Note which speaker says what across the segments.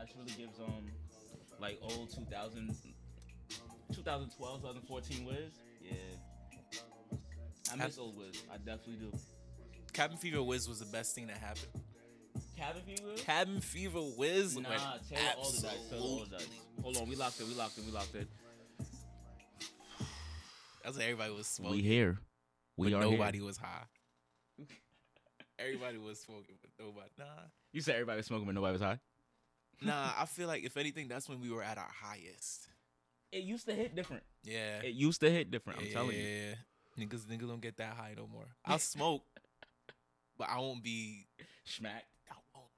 Speaker 1: actually gives um like old 2000, 2012, 2014 Wiz. Yeah. I
Speaker 2: Have-
Speaker 1: miss old Wiz. I definitely do.
Speaker 2: Cabin Fever Wiz was the best thing that happened.
Speaker 1: Cabin Fever?
Speaker 2: Cabin Fever Wiz
Speaker 1: Nah,
Speaker 2: went
Speaker 1: Taylor
Speaker 2: absolutely.
Speaker 1: Alderdyce. Taylor Alderdyce. Hold on, we locked it. We locked it. We locked it.
Speaker 2: That's what everybody was smoking.
Speaker 1: here.
Speaker 2: but nobody was high. everybody was smoking, but nobody. Nah,
Speaker 1: You said everybody was smoking, but nobody was high.
Speaker 2: nah. I feel like if anything, that's when we were at our highest.
Speaker 1: It used to hit different.
Speaker 2: Yeah.
Speaker 1: It used to hit different. I'm telling you.
Speaker 2: Yeah. Niggas, niggas don't get that high no more. I'll smoke, but I won't be.
Speaker 1: Smack.
Speaker 2: I won't.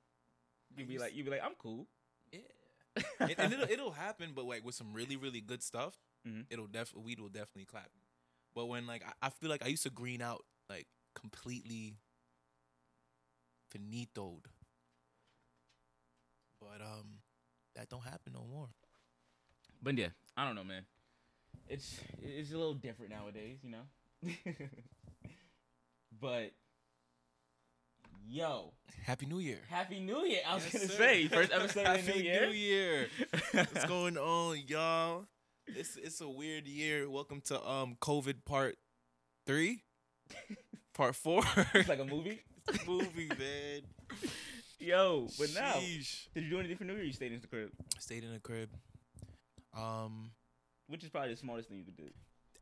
Speaker 1: You be like, you be like, I'm cool.
Speaker 2: yeah. and, and it'll it'll happen, but like with some really really good stuff,
Speaker 1: Mhm.
Speaker 2: it'll definitely weed will definitely clap. But when like I, I feel like I used to green out like completely finitoed, but um that don't happen no more.
Speaker 1: But yeah, I don't know, man. It's it's a little different nowadays, you know. but yo,
Speaker 2: Happy New Year!
Speaker 1: happy New Year! I was
Speaker 2: Yes,
Speaker 1: gonna
Speaker 2: sir.
Speaker 1: say first episode of the
Speaker 2: Happy
Speaker 1: new year.
Speaker 2: New Year. What's going on, y'all? It's it's a weird year. Welcome to um COVID part three, part four.
Speaker 1: it's like a movie.
Speaker 2: movie, man.
Speaker 1: Yo, but now
Speaker 2: Sheesh.
Speaker 1: did you do anything for New Year? You stayed in the crib,
Speaker 2: stayed in the crib. Um,
Speaker 1: which is probably the smartest thing you could do.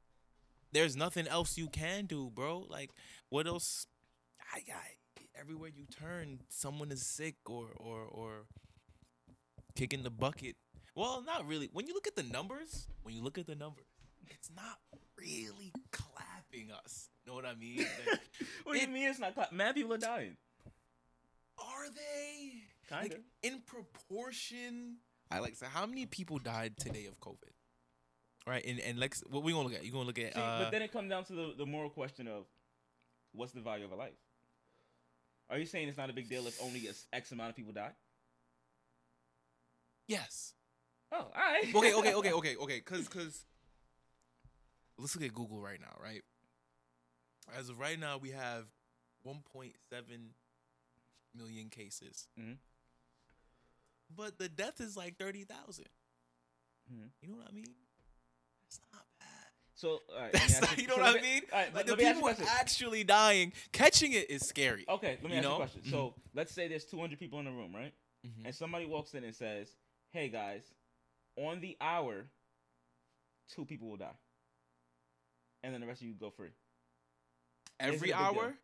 Speaker 2: there's nothing else you can do, bro. Like, what else? I, I everywhere you turn, someone is sick or or or kicking the bucket. Well, not really. When you look at the numbers, when you look at the numbers, it's not really clapping us. Know what I mean? Like,
Speaker 1: what do you
Speaker 2: It-
Speaker 1: mean it's not? Cla- Mad people are dying.
Speaker 2: are they
Speaker 1: Kinda.
Speaker 2: like, in proportion? I like so. How many people died today of COVID? Right, and and Lex, what we gonna look at? You gonna look at?
Speaker 1: See,
Speaker 2: uh,
Speaker 1: but then it comes down to the, the moral question of what's the value of a life? Are you saying it's not a big deal if only X- X amount of people die?
Speaker 2: yes.
Speaker 1: Oh, all right.
Speaker 2: okay, okay, okay, okay, okay. Cause, cause, let's look at Google right now, right? As of right now, we have 1.7 million cases,
Speaker 1: Mhm.
Speaker 2: but the death is like 30,000.
Speaker 1: Mhm.
Speaker 2: You know what I mean? That's not bad.
Speaker 1: So, all right, let me
Speaker 2: That's
Speaker 1: ask
Speaker 2: not- you know
Speaker 1: so
Speaker 2: what
Speaker 1: let
Speaker 2: I
Speaker 1: me-
Speaker 2: mean?
Speaker 1: All right,
Speaker 2: Like
Speaker 1: let,
Speaker 2: the
Speaker 1: let me ask you a
Speaker 2: people are
Speaker 1: question.
Speaker 2: actually dying. Catching it is scary.
Speaker 1: okay, let me
Speaker 2: you
Speaker 1: ask you
Speaker 2: know?
Speaker 1: a question.
Speaker 2: Mhm.
Speaker 1: So, let's say there's 200 people in the room, right?
Speaker 2: Mhm.
Speaker 1: And somebody walks in and says, "Hey guys, on the hour, two people will die, and then the rest of you go free." it a big
Speaker 2: Every
Speaker 1: deal?
Speaker 2: hour,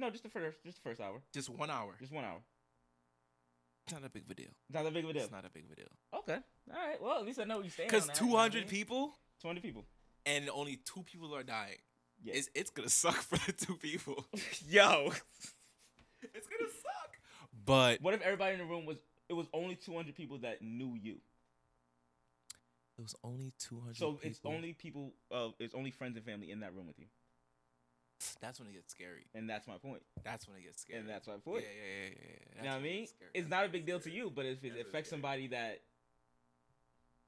Speaker 1: No, just the first, just the first hour,
Speaker 2: just one hour.
Speaker 1: just one hour.
Speaker 2: It's not that big of a deal.
Speaker 1: It's not that big of a deal.
Speaker 2: It's not a big of a deal.
Speaker 1: Okay, all right. Well, at least I know what you're saying.
Speaker 2: Because 200 people.
Speaker 1: 200 people.
Speaker 2: and only two people are dying,
Speaker 1: Yeah.
Speaker 2: it's it's gonna suck for the two people.
Speaker 1: Yo.
Speaker 2: it's gonna suck. But
Speaker 1: What if everybody in the room was it was only 200 people that knew you.
Speaker 2: it was only two hundred.
Speaker 1: So it's only people uh it's only friends and family in that room with you.
Speaker 2: that's when it gets scary.
Speaker 1: And that's my point.
Speaker 2: That's when it gets scary.
Speaker 1: And that's my
Speaker 2: yeah, yeah,
Speaker 1: point.
Speaker 2: yeah, yeah. yeah. That's
Speaker 1: you know what I
Speaker 2: when it
Speaker 1: mean?
Speaker 2: gets scary.
Speaker 1: It's not a big deal to you, but if it
Speaker 2: That's
Speaker 1: affects
Speaker 2: scary.
Speaker 1: somebody that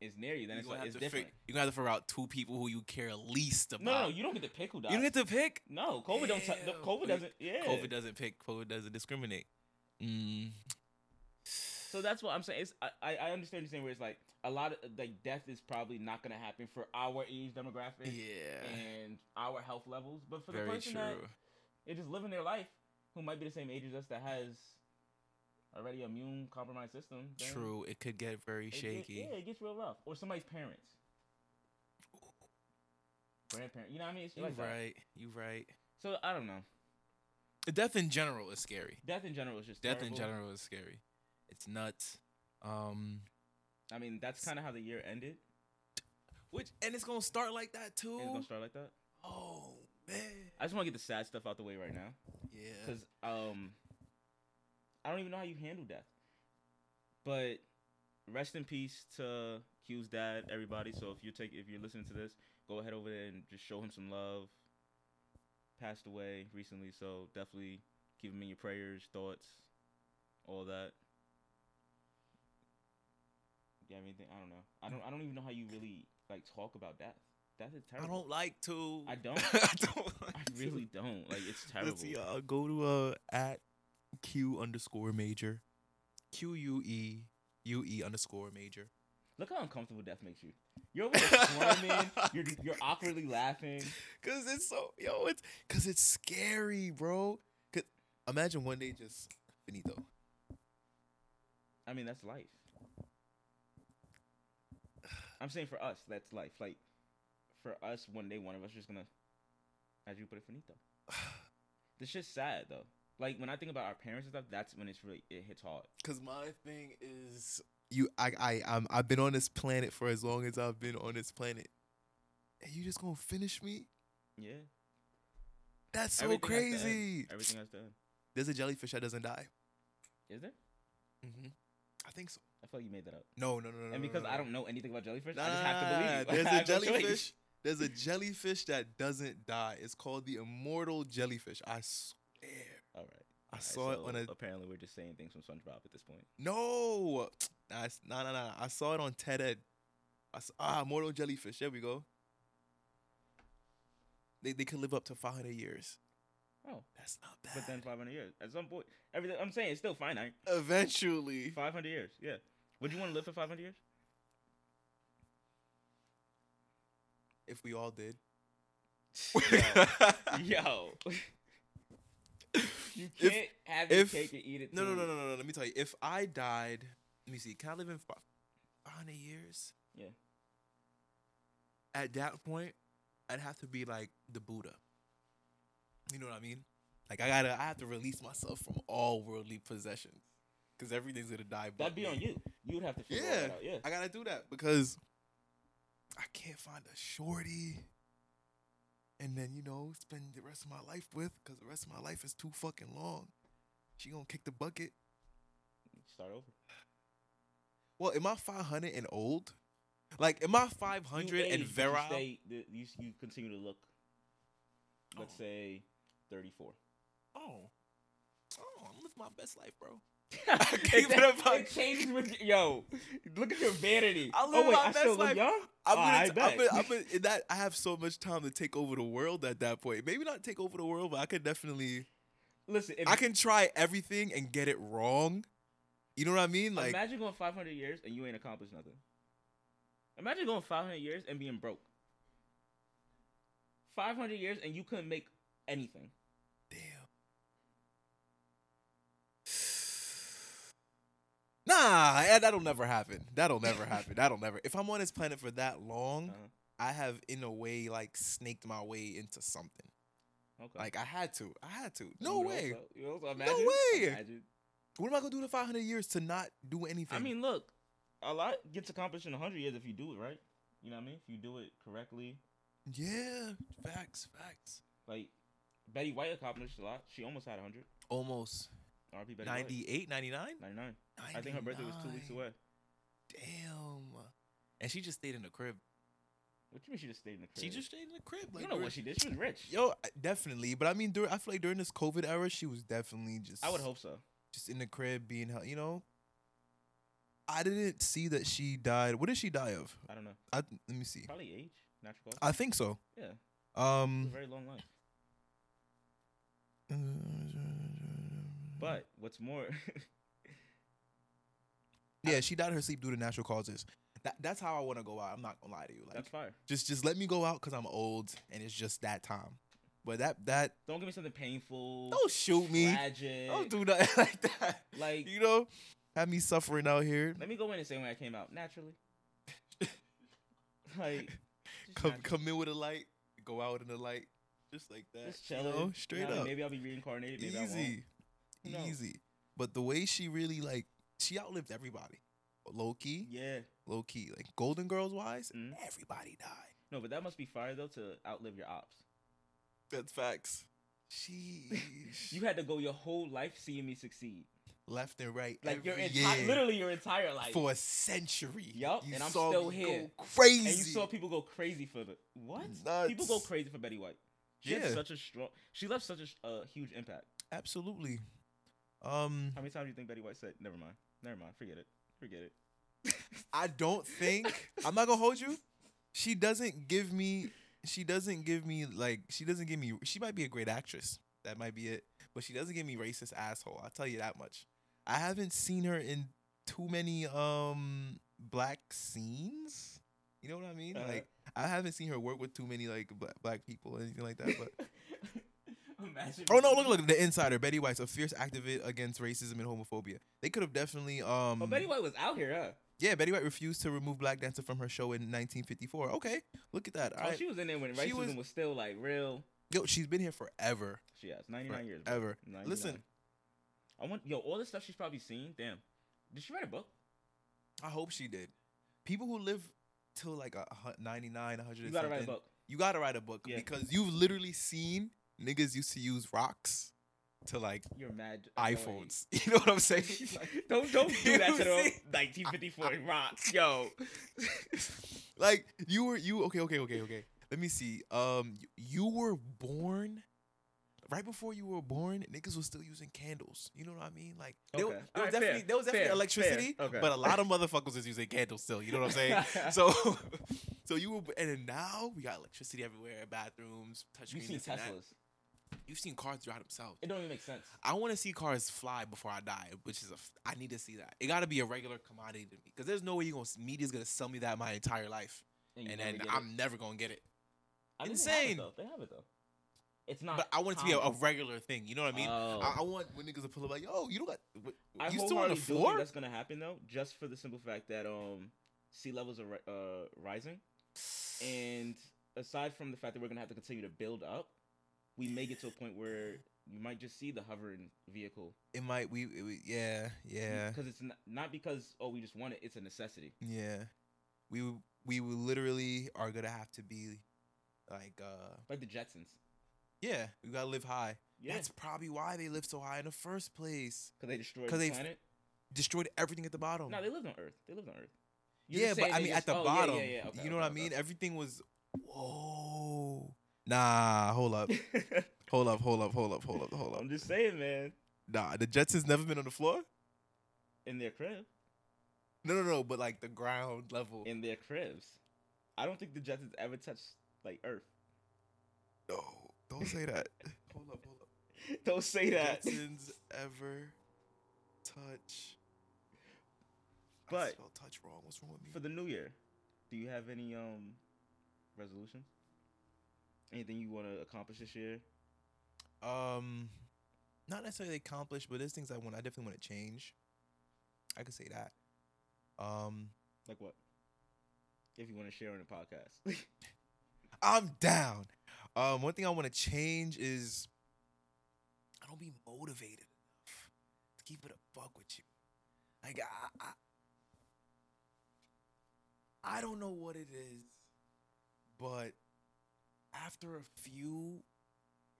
Speaker 1: is near you, then
Speaker 2: You're
Speaker 1: it's,
Speaker 2: gonna,
Speaker 1: like,
Speaker 2: have
Speaker 1: it's
Speaker 2: to
Speaker 1: different.
Speaker 2: fig- you're gonna have to figure out two people who you care least about.
Speaker 1: No, no, you don't get to pick who dies.
Speaker 2: you don't get to pick.
Speaker 1: no, COVID don't. T-
Speaker 2: Damn.
Speaker 1: COVID doesn't. Yeah.
Speaker 2: COVID doesn't pick. COVID doesn't discriminate. Mm.
Speaker 1: So that's what I'm saying. It's, I- I I understand the same where it's like a lot of like death is probably not gonna happen for our age demographic
Speaker 2: Yeah.
Speaker 1: and our health levels, but for the
Speaker 2: Very
Speaker 1: person
Speaker 2: true.
Speaker 1: that they're just living their life who might be the same age as us that has already immune compromised system. then
Speaker 2: True. It could get very
Speaker 1: it get-
Speaker 2: shaky.
Speaker 1: yeah, it gets real rough. Or somebody's parents, grandparents. You know what I mean? It's
Speaker 2: You
Speaker 1: like that.
Speaker 2: right. You right.
Speaker 1: So I don't know.
Speaker 2: Death in general is scary.
Speaker 1: Death in general is just
Speaker 2: Death
Speaker 1: terrible.
Speaker 2: in general is scary. It's nuts. Um,
Speaker 1: I mean, that's kind of how the year ended.
Speaker 2: which and it's gonna start like that too.
Speaker 1: And it's gonna start like that.
Speaker 2: Oh man,
Speaker 1: I just want to get the sad stuff out the way right now
Speaker 2: yeah.
Speaker 1: because um, I don't even know how you handle death. But rest in peace to Q's dad, everybody. So if you take if you're listening to this, go ahead over there and just show him some love. Passed away recently, so definitely keep him in your prayers, thoughts, all that. Yeah, I mean, I don't know. I don't. I don't even know how you really like talk about death. Death is
Speaker 2: I
Speaker 1: terrible.
Speaker 2: don't like to.
Speaker 1: I don't.
Speaker 2: I don't. Like
Speaker 1: I
Speaker 2: to.
Speaker 1: really don't. Like it's terrible.
Speaker 2: Let's see. Uh, go to uh at q underscore major, q u e U E underscore major.
Speaker 1: Look how uncomfortable death makes you. You're over there squirming. you're you're awkwardly laughing.
Speaker 2: Cause it's so yo, it's cause it's scary, bro. 'Cause- imagine one day just finito.
Speaker 1: I mean, that's life. I'm saying for us, that's life. Like for us, one day, one of us just gonna, as you put it, finito. This shit's sad though. Like when I think about our parents and stuff, that's when it's really it hits hard.
Speaker 2: Cause my thing is you I I I'm, I've been on this planet for as long as I've been on this planet. And you just gonna finish me?
Speaker 1: Yeah.
Speaker 2: That's so
Speaker 1: everything has to end.
Speaker 2: crazy.
Speaker 1: Everything has to end.
Speaker 2: There's a jellyfish that doesn't die.
Speaker 1: Is there?
Speaker 2: Mm-hmm. I think so.
Speaker 1: I feel like you made that up.
Speaker 2: No, no, no, no.
Speaker 1: And
Speaker 2: no,
Speaker 1: because
Speaker 2: no,
Speaker 1: I
Speaker 2: no.
Speaker 1: don't know anything about jellyfish,
Speaker 2: Nah,
Speaker 1: I just have to believe you.
Speaker 2: there's
Speaker 1: I
Speaker 2: a
Speaker 1: have no choice.
Speaker 2: jellyfish. There's a jellyfish that doesn't die. It's called the immortal jellyfish. I swear.
Speaker 1: All right. All
Speaker 2: I
Speaker 1: right,
Speaker 2: saw it
Speaker 1: so
Speaker 2: on a
Speaker 1: Apparently, we're just saying things from SpongeBob at this point.
Speaker 2: no. Nah, it's- nah, nah, nah. I saw it on TED Ed. I s- ah, immortal jellyfish. There we go. They they could live up to 500 years.
Speaker 1: Oh,
Speaker 2: That's not bad.
Speaker 1: but then 500 years. At some point, everything I'm saying it's still finite.
Speaker 2: eventually,
Speaker 1: 500 years. Yeah. Would you want to live for 500 years?
Speaker 2: if we all did,
Speaker 1: Yo. you
Speaker 2: If-
Speaker 1: can't have your
Speaker 2: if-
Speaker 1: cake and eat it.
Speaker 2: No, no,
Speaker 1: too.
Speaker 2: no, no, no, no. Let me tell you. If I died, let me see. Can I live in fi- 500 years?
Speaker 1: Yeah.
Speaker 2: At that point, I'd have to be like the Buddha. You know what I mean? Like I gotta, I have to release myself from all worldly possessions, because everything's gonna die. but
Speaker 1: That'd be
Speaker 2: me.
Speaker 1: on you. You would have to figure all
Speaker 2: Yeah.
Speaker 1: that out. Yeah.
Speaker 2: I gotta do that because I can't find a shorty. And then you know, spend the rest of my life with, because the rest of my life is too fucking long. She gonna kick the bucket.
Speaker 1: Start over.
Speaker 2: Well, am I 500 and old? Like, am I 500
Speaker 1: age, but
Speaker 2: and
Speaker 1: you
Speaker 2: virile?
Speaker 1: stay- the- you, s- you continue to look. Let's
Speaker 2: Oh.
Speaker 1: say 34.
Speaker 2: Oh. Oh, I'm living my best life, bro.
Speaker 1: It-
Speaker 2: keep it a
Speaker 1: it
Speaker 2: buck.
Speaker 1: changes with yo. Look at your vanity.
Speaker 2: I live
Speaker 1: oh wait,
Speaker 2: my
Speaker 1: I still
Speaker 2: best
Speaker 1: look
Speaker 2: life.
Speaker 1: young.
Speaker 2: I'm
Speaker 1: Oh,
Speaker 2: gonna,
Speaker 1: I
Speaker 2: t- I'm
Speaker 1: bet.
Speaker 2: gonna, I'm gonna, in that, I have so much time to take over the world at that point. Maybe not take over the world, but I could definitely,
Speaker 1: Listen, if,
Speaker 2: I can try everything and get it wrong. You know what I mean? Like,
Speaker 1: imagine going 500 years and you ain't accomplished nothing. Imagine going 500 years and being broke. 500 years and you couldn't make anything.
Speaker 2: damn. Nah, eh, that'll never happen. That'll never happen. That'll never. If I'm on this planet for that long,
Speaker 1: Uh-huh.
Speaker 2: I have in a way like snaked my way into something.
Speaker 1: Okay.
Speaker 2: Like I had to. I had to.
Speaker 1: You
Speaker 2: No
Speaker 1: know,
Speaker 2: way.
Speaker 1: so- you know, so imagine-
Speaker 2: way.
Speaker 1: imagine.
Speaker 2: What am I gonna do in 500 years to not do anything?
Speaker 1: I mean, look, a lot gets accomplished in 100 years if you do it right. You know what I mean? If you do it correctly.
Speaker 2: yeah, facts, facts.
Speaker 1: Like, Betty White accomplished a lot. She almost had 100.
Speaker 2: Almost
Speaker 1: RP Betty White.
Speaker 2: 98, 99?
Speaker 1: 99. I think her birthday was two weeks
Speaker 2: 99.
Speaker 1: away.
Speaker 2: Damn. And she just stayed in the crib.
Speaker 1: What you mean she just stayed in the crib?
Speaker 2: She just stayed in the crib.
Speaker 1: You
Speaker 2: Like,
Speaker 1: don't know
Speaker 2: we're-
Speaker 1: what she did. She was rich.
Speaker 2: Yo, I- definitely. But I mean, during, I feel like during this COVID era, she was definitely just.
Speaker 1: I would hope so.
Speaker 2: Just in the crib, being held. You know. I didn't see that she died. What did she die of?
Speaker 1: I don't know.
Speaker 2: I let me see.
Speaker 1: Probably age, natural cause.
Speaker 2: I think so.
Speaker 1: Yeah, it was a
Speaker 2: Um.
Speaker 1: very long life. But what's more,
Speaker 2: yeah, she died in her sleep due to natural causes. That, that's how I want to go out. I'm not gonna lie to you. Like,
Speaker 1: that's fire.
Speaker 2: just just let me go out because I'm old and it's just that time. But that that
Speaker 1: Don't give me something painful.
Speaker 2: don't shoot me.
Speaker 1: Tragic.
Speaker 2: Don't do nothing like that.
Speaker 1: like,
Speaker 2: You know, have me suffering out here.
Speaker 1: let me go in the same way I came out naturally. like, just
Speaker 2: Come
Speaker 1: natural.
Speaker 2: come in with a light, go out in a light, just like that.
Speaker 1: just
Speaker 2: you
Speaker 1: chilling.
Speaker 2: know,
Speaker 1: You know,
Speaker 2: straight
Speaker 1: like,
Speaker 2: up,
Speaker 1: Maybe I'll be reincarnated. Maybe I won't.
Speaker 2: easy,
Speaker 1: Who knows?
Speaker 2: easy. But the way she really like, she outlived everybody. Low key,
Speaker 1: Yeah.
Speaker 2: low key. Like Golden Girls wise,
Speaker 1: Mhm.
Speaker 2: everybody died.
Speaker 1: No, but that must be fire though to outlive your ops.
Speaker 2: That's facts. Sheesh.
Speaker 1: You had to go your whole life seeing me succeed.
Speaker 2: left and right,
Speaker 1: Like your
Speaker 2: every
Speaker 1: entire,
Speaker 2: year
Speaker 1: literally your entire life.
Speaker 2: for a century.
Speaker 1: Yup, and I'm
Speaker 2: saw
Speaker 1: still
Speaker 2: me
Speaker 1: here.
Speaker 2: Go crazy.
Speaker 1: And you saw people go crazy for the what? People go
Speaker 2: Nuts.
Speaker 1: crazy for Betty White. She
Speaker 2: Yeah.
Speaker 1: had such a strong. She left such a sh- uh, huge impact.
Speaker 2: Absolutely. Um,
Speaker 1: How many times do you think Betty White said, "Never mind, never mind, forget it, forget it"?
Speaker 2: I don't think I'm not gonna hold you. She doesn't give me. She doesn't give me like. She doesn't give me. She might be a great actress. That might be it. But she doesn't give me racist asshole. I'll tell you that much. I haven't seen her in too many um black scenes. You know what I mean?
Speaker 1: Uh-huh.
Speaker 2: Like I haven't seen her work with too many like black, black people or anything like that. But
Speaker 1: Imagine.
Speaker 2: oh no,
Speaker 1: if-
Speaker 2: look look the insider Betty White's a fierce activist against racism and homophobia. They could have definitely um
Speaker 1: Oh, Betty White was out here, huh?
Speaker 2: yeah Betty White refused to remove black dancer from her show in 1954. Okay, look at that. All
Speaker 1: Oh,
Speaker 2: right.
Speaker 1: she was in there when
Speaker 2: She
Speaker 1: racism
Speaker 2: was-
Speaker 1: was, still like real.
Speaker 2: Yo, she's been here forever,
Speaker 1: She has 99 years. bro.
Speaker 2: forever.
Speaker 1: 99.
Speaker 2: Listen.
Speaker 1: I want yo all the stuff she's probably seen. Damn, did she write a book?
Speaker 2: I hope she did. People who live till like a hu- 99, 100
Speaker 1: You
Speaker 2: and
Speaker 1: gotta
Speaker 2: something.
Speaker 1: write a book.
Speaker 2: You gotta write a book
Speaker 1: Yeah.
Speaker 2: because you've literally seen niggas used to use rocks to like
Speaker 1: You're mad. annoying.
Speaker 2: iPhones. You know what I'm saying? Like-
Speaker 1: don't don't do that to
Speaker 2: You
Speaker 1: them.
Speaker 2: see?
Speaker 1: 1954 rocks, yo.
Speaker 2: like you were you okay okay okay okay. Let me see. Um, you, you were born right before you were born. Niggas was still using candles. You know what I mean? Like there,
Speaker 1: Okay.
Speaker 2: there
Speaker 1: All right,
Speaker 2: was definitely
Speaker 1: fair,
Speaker 2: there was definitely
Speaker 1: fair,
Speaker 2: electricity,
Speaker 1: fair. Okay.
Speaker 2: but a lot of motherfuckers is using candles still. You know what I'm saying? so so you were and then now we got electricity everywhere bathrooms touch
Speaker 1: you
Speaker 2: screen,
Speaker 1: see
Speaker 2: this and that.
Speaker 1: Teslas.
Speaker 2: you've seen cars drive themselves
Speaker 1: It don't even make sense.
Speaker 2: i want to see cars fly before i die which is a f- i need to see that it got to be a regular commodity to me because there's no way you're gonna s- media's gonna sell me that my entire life
Speaker 1: you
Speaker 2: and
Speaker 1: never
Speaker 2: then
Speaker 1: get it.
Speaker 2: i'm never gonna get it
Speaker 1: I mean,
Speaker 2: insane.
Speaker 1: They have, it, though. They have it though. It's not.
Speaker 2: but i want it to be a, a
Speaker 1: common.
Speaker 2: regular thing you know what i mean
Speaker 1: Oh.
Speaker 2: I, I want when niggas to pull up like yo you don't got what,
Speaker 1: I
Speaker 2: you still on
Speaker 1: wholeheartedly do
Speaker 2: the
Speaker 1: think
Speaker 2: floor
Speaker 1: That's gonna happen though, just for the simple fact that um sea levels are ri- uh rising, and aside from the fact that we're gonna have to continue to build up, we may get to a point where you might just see the hovering vehicle
Speaker 2: it might we, it, we yeah yeah
Speaker 1: because it's not, not because oh we just want it; it's a necessity.
Speaker 2: yeah we w- we will literally are gonna have to be like uh
Speaker 1: Like the Jetsons,
Speaker 2: yeah we gotta live high
Speaker 1: yeah,
Speaker 2: That's
Speaker 1: because
Speaker 2: probably why they lived so high in the first place.
Speaker 1: they destroyed
Speaker 2: 'cause
Speaker 1: the
Speaker 2: they've-
Speaker 1: planet.
Speaker 2: Destroyed everything at the bottom.
Speaker 1: No, they lived on Earth. They lived on Earth. You're
Speaker 2: yeah,
Speaker 1: just
Speaker 2: but
Speaker 1: saying
Speaker 2: I
Speaker 1: they
Speaker 2: mean,
Speaker 1: just-
Speaker 2: at the
Speaker 1: oh, yeah,
Speaker 2: bottom,
Speaker 1: yeah, yeah, okay,
Speaker 2: you know
Speaker 1: okay,
Speaker 2: what I
Speaker 1: okay.
Speaker 2: mean? Everything was whoa. Nah, hold up, hold up, hold up, hold up, hold up, hold up.
Speaker 1: I'm just saying, man.
Speaker 2: Nah, the Jetsons never been on the floor.
Speaker 1: In their crib.
Speaker 2: No, no, no. But like the ground level.
Speaker 1: in their cribs. I don't think the Jetsons ever touched like Earth.
Speaker 2: No, don't say that. hold up, hold up.
Speaker 1: Don't say that.
Speaker 2: Jetsons ever touch. I
Speaker 1: But-
Speaker 2: spelled touch wrong. What's wrong with me?
Speaker 1: For the new year, do you have any um resolutions? Anything you want to accomplish this year?
Speaker 2: um not necessarily accomplished but there's things i want i definitely want to change i could say that um
Speaker 1: Like what? If you want to share on the podcast.
Speaker 2: i'm down um one thing i want to change is i don't be motivated enough to keep it a fuck with you like i i, I don't know what it is but after a few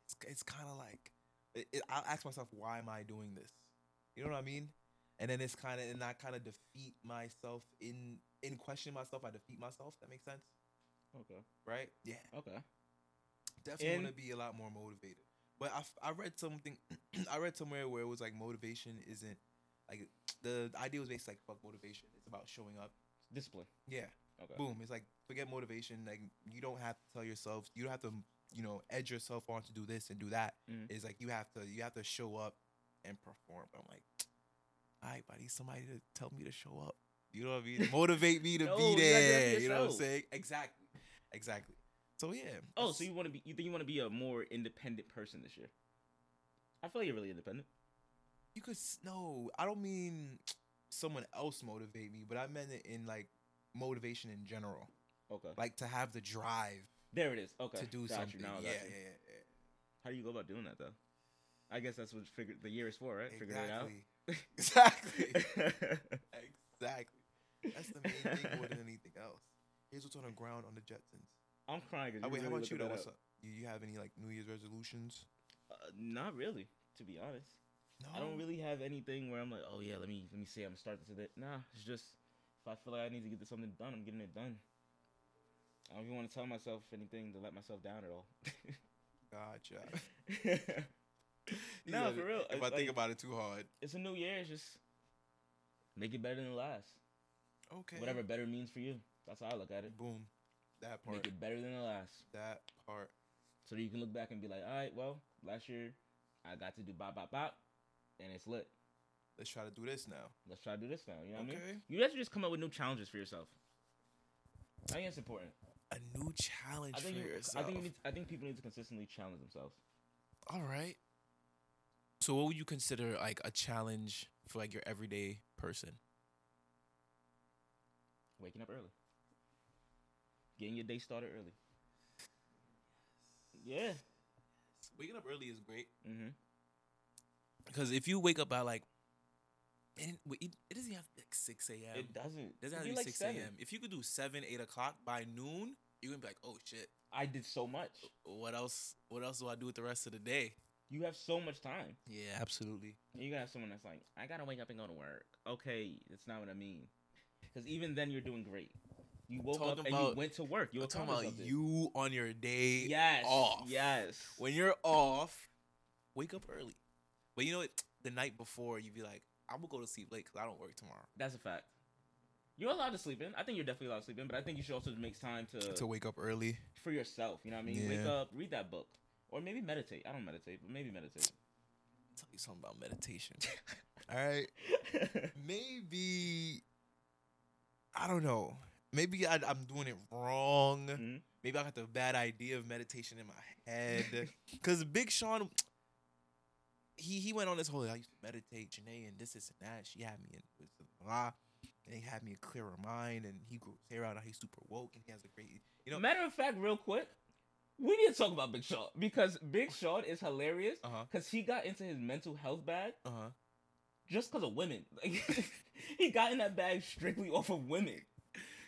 Speaker 2: it's, it's kind of like it, it, I'll ask myself, why am I doing this? You know what I mean? And then it's kind of, and I kind of defeat myself in in questioning myself. I defeat myself. That makes sense,
Speaker 1: okay.
Speaker 2: right? Yeah,
Speaker 1: Okay.
Speaker 2: definitely
Speaker 1: And-
Speaker 2: want to be a lot more motivated. But I, f- I read something, I read somewhere where it was like motivation isn't like the idea was basically like fuck motivation. It's about showing up.
Speaker 1: Discipline.
Speaker 2: Yeah,
Speaker 1: Okay.
Speaker 2: boom. It's like forget motivation. Like you don't have to tell yourself. You don't have to you know edge yourself on to do this and do that.
Speaker 1: Mhm.
Speaker 2: It's like you have to you have to show up and perform. I'm like, all right, buddy, somebody to tell me to show up. You know what I mean? Motivate me to
Speaker 1: No,
Speaker 2: be
Speaker 1: you gotta do that
Speaker 2: there.
Speaker 1: for
Speaker 2: You, know what I'm
Speaker 1: yourself.
Speaker 2: saying? Exactly, exactly. So yeah.
Speaker 1: Oh,
Speaker 2: that's-
Speaker 1: so you want to be? You think you want to be a more independent person this year? I feel like you're really independent.
Speaker 2: you could s- no. I don't mean someone else motivate me, but I meant it in like motivation in general,
Speaker 1: Okay.
Speaker 2: like to have the drive
Speaker 1: there it is. Okay.
Speaker 2: to do
Speaker 1: Got you,
Speaker 2: something.
Speaker 1: now I got
Speaker 2: yeah,
Speaker 1: you.
Speaker 2: yeah, yeah, yeah.
Speaker 1: How do you go about doing that though? I guess that's what figure, the year is for, right? Figuring it out.
Speaker 2: Exactly. exactly. That's the main thing more than anything else. Here's what's on the ground on the Jetsons.
Speaker 1: I'm crying. 'cause
Speaker 2: Oh,
Speaker 1: you
Speaker 2: wait, how
Speaker 1: really
Speaker 2: about you
Speaker 1: looking
Speaker 2: though?
Speaker 1: that
Speaker 2: What's up? You, you have any like New Year's resolutions?
Speaker 1: Uh, not really, to be honest.
Speaker 2: No.
Speaker 1: I don't really have anything where I'm like, oh yeah, let me let me see, I'm starting to that. Nah, it's just if I feel like I need to get something done, I'm getting it done. I don't even want to tell myself anything to let myself down at all.
Speaker 2: Gotcha.
Speaker 1: No,
Speaker 2: Yeah,
Speaker 1: for real,
Speaker 2: If
Speaker 1: it's
Speaker 2: I think
Speaker 1: like-
Speaker 2: about it too hard.
Speaker 1: it's a new year. It's just make it better than the last.
Speaker 2: Okay.
Speaker 1: Whatever better means for you. That's how I look at it.
Speaker 2: Boom. That
Speaker 1: Make
Speaker 2: part.
Speaker 1: it better than the last.
Speaker 2: That part.
Speaker 1: So that you can look back and be like, all right, well, last year I got to do bop bop bop, and it's lit.
Speaker 2: let's try to do this now.
Speaker 1: Let's try to do this now. You know what I mean? You have to just come up with new challenges for yourself. I think it's important.
Speaker 2: A new challenge
Speaker 1: I think
Speaker 2: for
Speaker 1: you, I
Speaker 2: yourself.
Speaker 1: think you need, I think people need to consistently challenge themselves.
Speaker 2: All right. So what would you consider like a challenge for like your everyday person?
Speaker 1: Waking up early, getting your day started early. Yeah.
Speaker 2: Waking up early is great
Speaker 1: Mm-hmm.
Speaker 2: because if you wake up by like, and it- it it doesn't have to be like six a.m.
Speaker 1: It doesn't.
Speaker 2: doesn't
Speaker 1: it
Speaker 2: have Um, to
Speaker 1: be
Speaker 2: be
Speaker 1: like
Speaker 2: six
Speaker 1: 7.
Speaker 2: a.m. If you could do seven, eight o'clock by noon, you're gonna be like, oh shit,
Speaker 1: I did so much.
Speaker 2: what else? What else do I do with the rest of the day?
Speaker 1: You have so much time.
Speaker 2: Yeah, absolutely.
Speaker 1: And you gotta have someone that's like, I gotta wake up and go to work. Okay, that's not what I mean. Because even then, you're doing great. You woke
Speaker 2: Talking
Speaker 1: up and
Speaker 2: about-
Speaker 1: you went to work. You
Speaker 2: You're
Speaker 1: were
Speaker 2: talking about you on your day
Speaker 1: Yes.
Speaker 2: off.
Speaker 1: Yes.
Speaker 2: When you're off, wake up early. But you know what? The night before, you'd be like, I'm gonna go to sleep late because I don't work tomorrow.
Speaker 1: That's a fact. You're allowed to sleep in. I think you're definitely allowed to sleep in, but I think you should also make time to,
Speaker 2: to wake up early.
Speaker 1: for yourself. You know what I mean? Wake
Speaker 2: Yeah.
Speaker 1: up, read that book, or maybe meditate. I don't meditate, but maybe meditate.
Speaker 2: tell you something about meditation. All right. Maybe I don't know. Maybe I, I'm doing it wrong.
Speaker 1: Mhm.
Speaker 2: Maybe I got the bad idea of meditation in my head. Cause Big Sean, he he went on this whole I used to meditate, Janae, and this, this, and that. She had me in with the blah, and he had me a clearer mind. And he grew his hair out. And he's super woke, and he has a great, you know.
Speaker 1: Matter of fact, real quick, we need to talk about Big Sean because Big Sean is hilarious
Speaker 2: Uh huh.
Speaker 1: because he got into his mental health bag
Speaker 2: Uh huh.
Speaker 1: just because of women. Like, he got in that bag strictly off of women.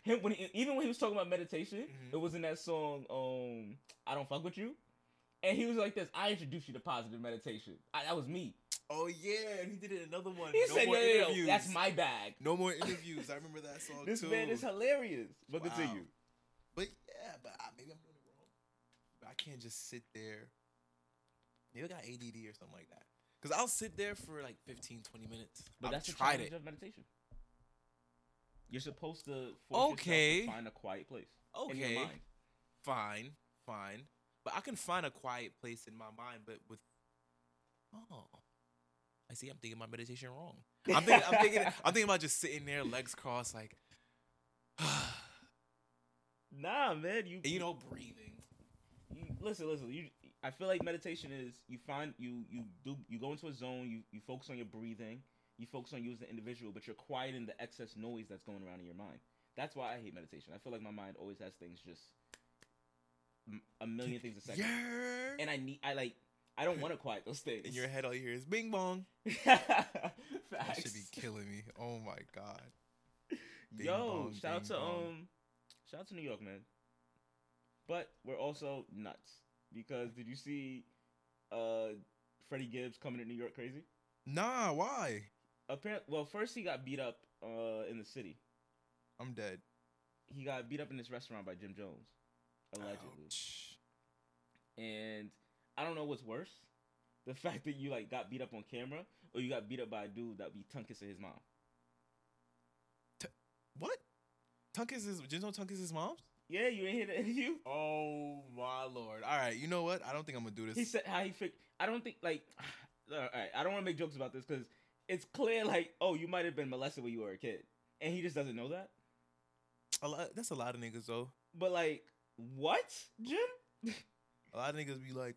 Speaker 1: Him when he, even when he was talking about meditation,
Speaker 2: Mhm.
Speaker 1: it was in that song um I don't fuck with you, and he was like this. I introduced you to positive meditation. I, that was me.
Speaker 2: Oh yeah, and he did it in another one.
Speaker 1: He
Speaker 2: no
Speaker 1: said,
Speaker 2: more
Speaker 1: "No, no, no,
Speaker 2: interviews.
Speaker 1: that's my bag."
Speaker 2: No more interviews. I remember that song
Speaker 1: This
Speaker 2: too.
Speaker 1: man is hilarious. But
Speaker 2: Wow.
Speaker 1: continue.
Speaker 2: But yeah, but I, maybe I'm doing it wrong. But I can't just sit there. Maybe I got ADD or something like that. Because I'll sit there for like 15, 20 minutes.
Speaker 1: But
Speaker 2: I've
Speaker 1: that's the
Speaker 2: tried
Speaker 1: challenge
Speaker 2: it.
Speaker 1: of meditation. You're supposed to force okay.
Speaker 2: Okay.
Speaker 1: yourself to find a quiet place in your
Speaker 2: Okay,
Speaker 1: mind.
Speaker 2: fine, fine. But I can find a quiet place in my mind, but with. Oh. I see, I'm thinking my meditation wrong. I'm thinking, I'm thinking, I'm thinking about just sitting there, legs crossed, like,
Speaker 1: nah, man. You
Speaker 2: and, you know, breathing.
Speaker 1: you, listen, listen. You, I feel like meditation is you find you you do you go into a zone. You you focus on your breathing. You focus on you as the individual, but you're quieting the excess noise that's going around in your mind. That's why I hate meditation. I feel like my mind always has things just m- a million things a second,
Speaker 2: Yeah.
Speaker 1: and I need I like I don't want to quiet those things
Speaker 2: in your head, all you hear is bing bong. That
Speaker 1: Facts.
Speaker 2: should be killing me. Oh my god. Bing
Speaker 1: Yo,
Speaker 2: bong,
Speaker 1: shout out
Speaker 2: bing
Speaker 1: to
Speaker 2: bong.
Speaker 1: um, shout out to New York, man. But we're also nuts because did you see, uh, Freddie Gibbs coming to New York crazy?
Speaker 2: Nah, why?
Speaker 1: Apparently, well, first he got beat up uh in the city.
Speaker 2: I'm dead.
Speaker 1: He got beat up in this restaurant by Jim Jones, allegedly.
Speaker 2: Ouch.
Speaker 1: And I don't know what's worse, the fact that you like got beat up on camera or you got beat up by a dude that be tongue kissing his mom.
Speaker 2: What? Tunk is his Jinzo Tunk is his mom's?
Speaker 1: Yeah, you ain't hear that? You
Speaker 2: Oh my lord. Alright, you know what? I don't think I'm gonna do this.
Speaker 1: He said how he fig- I don't think like, all right. I don't want to make jokes about this because it's clear like, oh, you might have been molested when you were a kid, and he just doesn't know that.
Speaker 2: a lot that's a lot of niggas though.
Speaker 1: But like, what, Jim?
Speaker 2: A lot of niggas be like,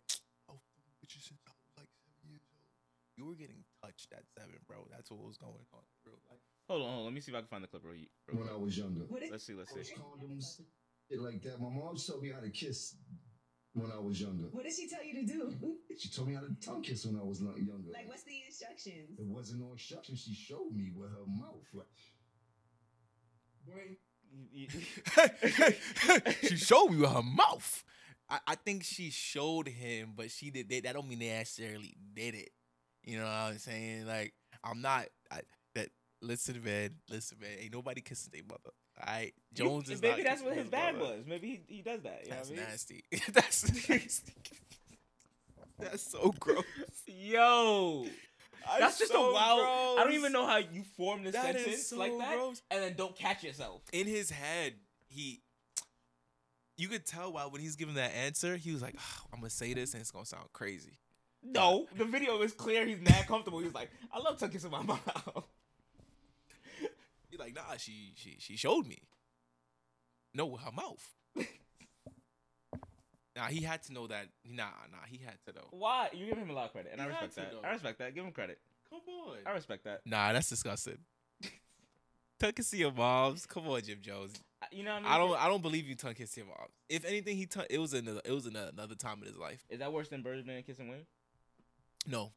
Speaker 2: oh bitch, since I was like seven years old. You were getting touched at seven, bro. That's what was going on in real life.
Speaker 1: Hold on, hold on. Let me see if I can find the clip real real
Speaker 3: when I was younger.
Speaker 4: What is
Speaker 1: Let's see, let's
Speaker 3: I was condoms, shit like that. My mom taught me how to kiss when I was younger.
Speaker 4: what did she tell you to do?
Speaker 3: She taught me how to tongue kiss when I was lo- younger.
Speaker 4: like what's the instructions?
Speaker 3: It wasn't no instruction. She showed me with her mouth. Like,
Speaker 2: she showed you her mouth. I, I think she showed him, but she did they, that. Don't mean they necessarily did it. You know what I'm saying? Like I'm not. I, that listen, man. Listen, man. Ain't nobody kissing their mother. All right, Jones is
Speaker 1: Maybe
Speaker 2: not
Speaker 1: that's
Speaker 2: kissing
Speaker 1: what his bag
Speaker 2: mother.
Speaker 1: was. Maybe he, he does that. You know
Speaker 2: That's
Speaker 1: what I mean?
Speaker 2: nasty. that's nasty. That's so gross.
Speaker 1: Yo, that's just a wild. I don't even know how you form this
Speaker 2: That is
Speaker 1: sentence
Speaker 2: so
Speaker 1: like that,
Speaker 2: gross.
Speaker 1: and then don't catch yourself.
Speaker 2: in his head, he you could tell why when he's giving that answer, he was like, "Ah, I'm gonna say this and it's gonna sound crazy.
Speaker 1: No, the video is clear. He's mad comfortable. He was like, I love tucking in my mouth.
Speaker 2: You're like, nah, she she she showed me. No, with her mouth. nah, he had to know that. Nah, nah, he had to know.
Speaker 1: Why? You give him a lot of credit, and I
Speaker 2: You had
Speaker 1: respect
Speaker 2: to,
Speaker 1: that.
Speaker 2: though.
Speaker 1: I respect that. Give him credit.
Speaker 2: Come on.
Speaker 1: I respect that.
Speaker 2: Nah, that's disgusting. tongue kiss to your moms. Come on, Jim Jones.
Speaker 1: I- You know what I mean?
Speaker 2: I don't I don't believe you tongue kiss to your moms. If anything, he tongue, it was another it was another, another time in his life.
Speaker 1: Is that worse than Birdman kissing Wayne?
Speaker 2: No,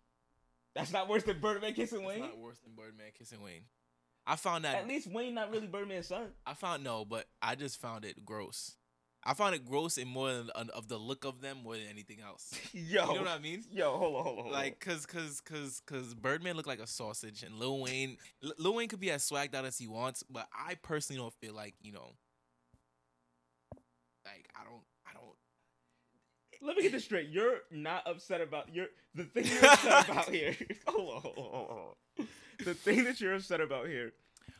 Speaker 1: That's not worse than Birdman kissing
Speaker 2: it's
Speaker 1: Wayne.
Speaker 2: not worse than Birdman kissing Wayne. I found that
Speaker 1: At least Wayne not really Birdman's son.
Speaker 2: I found no, but I just found it gross. I found it gross and more than, of the look of them more than anything else.
Speaker 1: Yo,
Speaker 2: You know what I mean?
Speaker 1: yo, hold on, hold on. Hold
Speaker 2: Like, cause, cause, cause, cause Birdman looked like a sausage, and Lil Wayne, L- Lil Wayne could be as swagged out as he wants, but I personally don't feel like you know, like I don't, I don't.
Speaker 1: on. let me get this straight. You're not upset about your the thing you're upset about here. Hold on, hold on, hold on. The thing that you're upset about here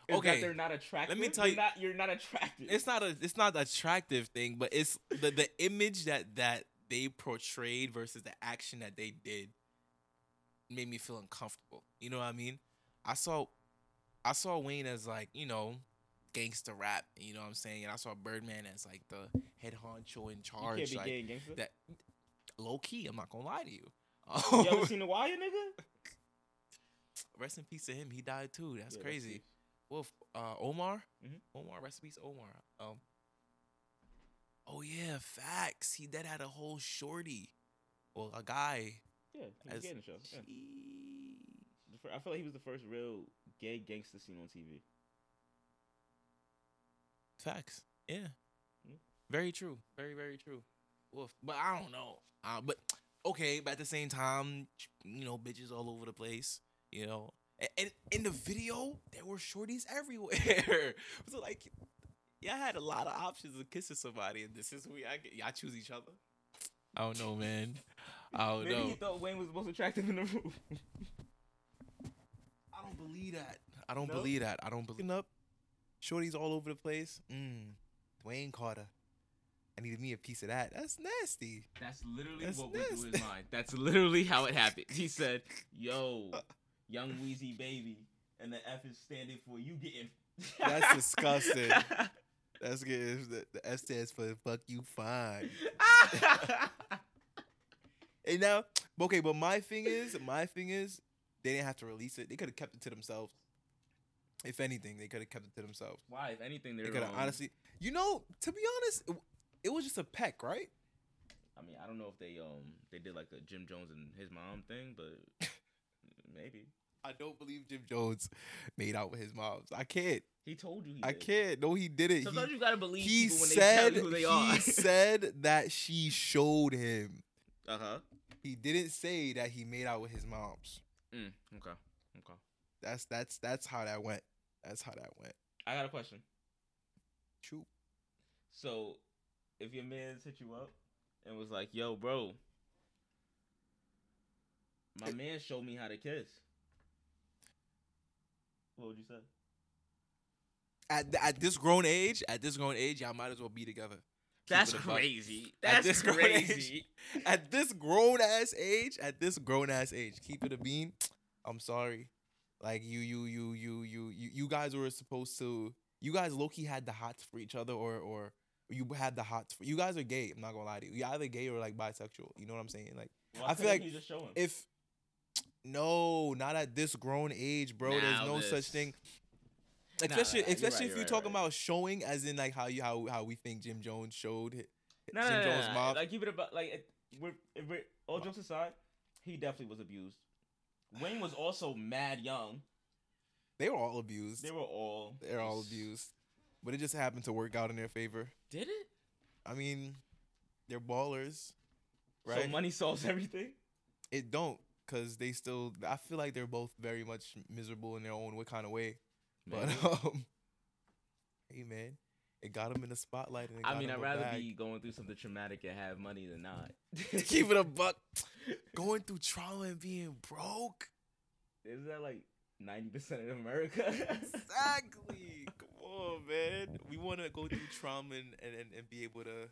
Speaker 1: is
Speaker 2: Okay,
Speaker 1: that they're not attractive.
Speaker 2: tell
Speaker 1: You're
Speaker 2: you-
Speaker 1: not, you're not attractive.
Speaker 2: It's not a, it's not an attractive thing, but it's the the image that that they portrayed versus the action that they did made me feel uncomfortable. You know what I mean? I saw, I saw Wayne as like you know, gangster rap. You know what I'm saying? And I saw Birdman as like the head honcho in
Speaker 1: you
Speaker 2: charge.
Speaker 1: can't be
Speaker 2: like,
Speaker 1: gay and gangster.
Speaker 2: that low key. I'm not gonna lie to you.
Speaker 1: you
Speaker 2: Um,
Speaker 1: ever seen the wire, nigga?
Speaker 2: rest in peace to him. He died too. That's
Speaker 1: Yeah,
Speaker 2: crazy. Wolf, uh, Omar,
Speaker 1: Mhm.
Speaker 2: Omar, rest in peace, Omar. Um, oh yeah, facts. He dead had a whole shorty, well, a guy.
Speaker 1: Yeah, he was
Speaker 2: as-
Speaker 1: gay in the show. Yeah.
Speaker 2: Gee.
Speaker 1: The fir- I feel like he was the first real gay gangster seen on TV.
Speaker 2: Facts. Yeah.
Speaker 1: Yeah.
Speaker 2: Very true. Very very true. Wolf, but I don't know. Uh, but okay, but at the same time, you know, bitches all over the place. You know, and, and in the video, there were shorties everywhere. so like, y'all had a lot of options of kissing somebody, and this is who y'all, get- y'all choose each other. I don't know, man. I don't
Speaker 1: Maybe
Speaker 2: know.
Speaker 1: he thought Wayne was the most attractive in the room.
Speaker 2: I don't believe that. I don't
Speaker 1: No?
Speaker 2: believe that. I don't believe up. Shorties all over the place. Mm. Dwayne Carter. I needed me a piece of that. That's nasty.
Speaker 1: That's literally
Speaker 2: That's
Speaker 1: what went through his
Speaker 2: nasty.
Speaker 1: mind. That's literally how it happened. He said, "Yo, young Wheezy baby," and the F is standing for you getting.
Speaker 2: That's disgusting. That's good. The, the F stands for fuck you fine. And now, okay, but my thing is, my thing is, they didn't have to release it. They could have kept it to themselves. If anything, they could have kept it to themselves.
Speaker 1: Why, if anything,
Speaker 2: They
Speaker 1: they're um,
Speaker 2: could have honestly, you know, to be honest, it, it was just a peck, right?
Speaker 1: I mean, I don't know if they um they did like a Jim Jones and his mom thing, but maybe
Speaker 2: I don't believe Jim Jones made out with his moms. I can't.
Speaker 1: he told you. He
Speaker 2: I
Speaker 1: did.
Speaker 2: can't. No, he didn't. He,
Speaker 1: Sometimes you gotta believe
Speaker 2: he
Speaker 1: people when
Speaker 2: said
Speaker 1: they tell you who they
Speaker 2: he
Speaker 1: are.
Speaker 2: said that she showed him.
Speaker 1: uh huh.
Speaker 2: He didn't say that he made out with his moms.
Speaker 1: Mm, okay. Okay.
Speaker 2: That's that's that's how that went. That's how that went.
Speaker 1: I got a question.
Speaker 2: True.
Speaker 1: So, if your man's hit you up and was like, "Yo, bro, my man showed me how to kiss," what would you say?
Speaker 2: At th- at this grown age, at this grown age, y'all might as well be together. Keep it a buck. At this grown age. At this grown ass age, at this grown ass age, keep it a bean. I'm sorry. Like you, you, you, you, you, you, you guys were supposed to. You guys, Loki had the hots for each other, or or you had the hots. For, you guys are gay. I'm not gonna lie to you. You're either gay or like bisexual. You know what I'm saying? Like
Speaker 1: Well,
Speaker 2: I feel like
Speaker 1: you just show him.
Speaker 2: if no, not at this grown age, bro.
Speaker 1: Now
Speaker 2: There's no
Speaker 1: this.
Speaker 2: such thing.
Speaker 1: Nah, nah,
Speaker 2: Especially,
Speaker 1: nah, you're
Speaker 2: especially
Speaker 1: right,
Speaker 2: if
Speaker 1: you're
Speaker 2: you're
Speaker 1: right,
Speaker 2: talking
Speaker 1: right.
Speaker 2: about showing, as in like how you how how we think Jim Jones showed hi-
Speaker 1: no, no,
Speaker 2: Jim
Speaker 1: no, no,
Speaker 2: Jones'
Speaker 1: no,
Speaker 2: mom.
Speaker 1: Like, keep it about like it, we're, if we're all jokes aside. He definitely was abused. Wayne was also mad young.
Speaker 2: they were all abused.
Speaker 1: They were all.
Speaker 2: They're all abused, but it just happened to work out in their favor.
Speaker 1: Did it?
Speaker 2: I mean, they're ballers,
Speaker 1: Right.
Speaker 2: right?
Speaker 1: So money solves everything.
Speaker 2: it don't because they still. I feel like they're both very much miserable in their own what kind of way. But
Speaker 1: Maybe.
Speaker 2: um, hey man, it got them in the spotlight. And it
Speaker 1: I
Speaker 2: got
Speaker 1: mean,
Speaker 2: 'em
Speaker 1: I'd
Speaker 2: a
Speaker 1: rather
Speaker 2: bag.
Speaker 1: be going through something traumatic and have money than not.
Speaker 2: keep it a buck. Going through trauma and being broke.
Speaker 1: Is that like ninety percent of America?
Speaker 2: Exactly. Come on, man. We want to go through trauma and, and, and, and be able to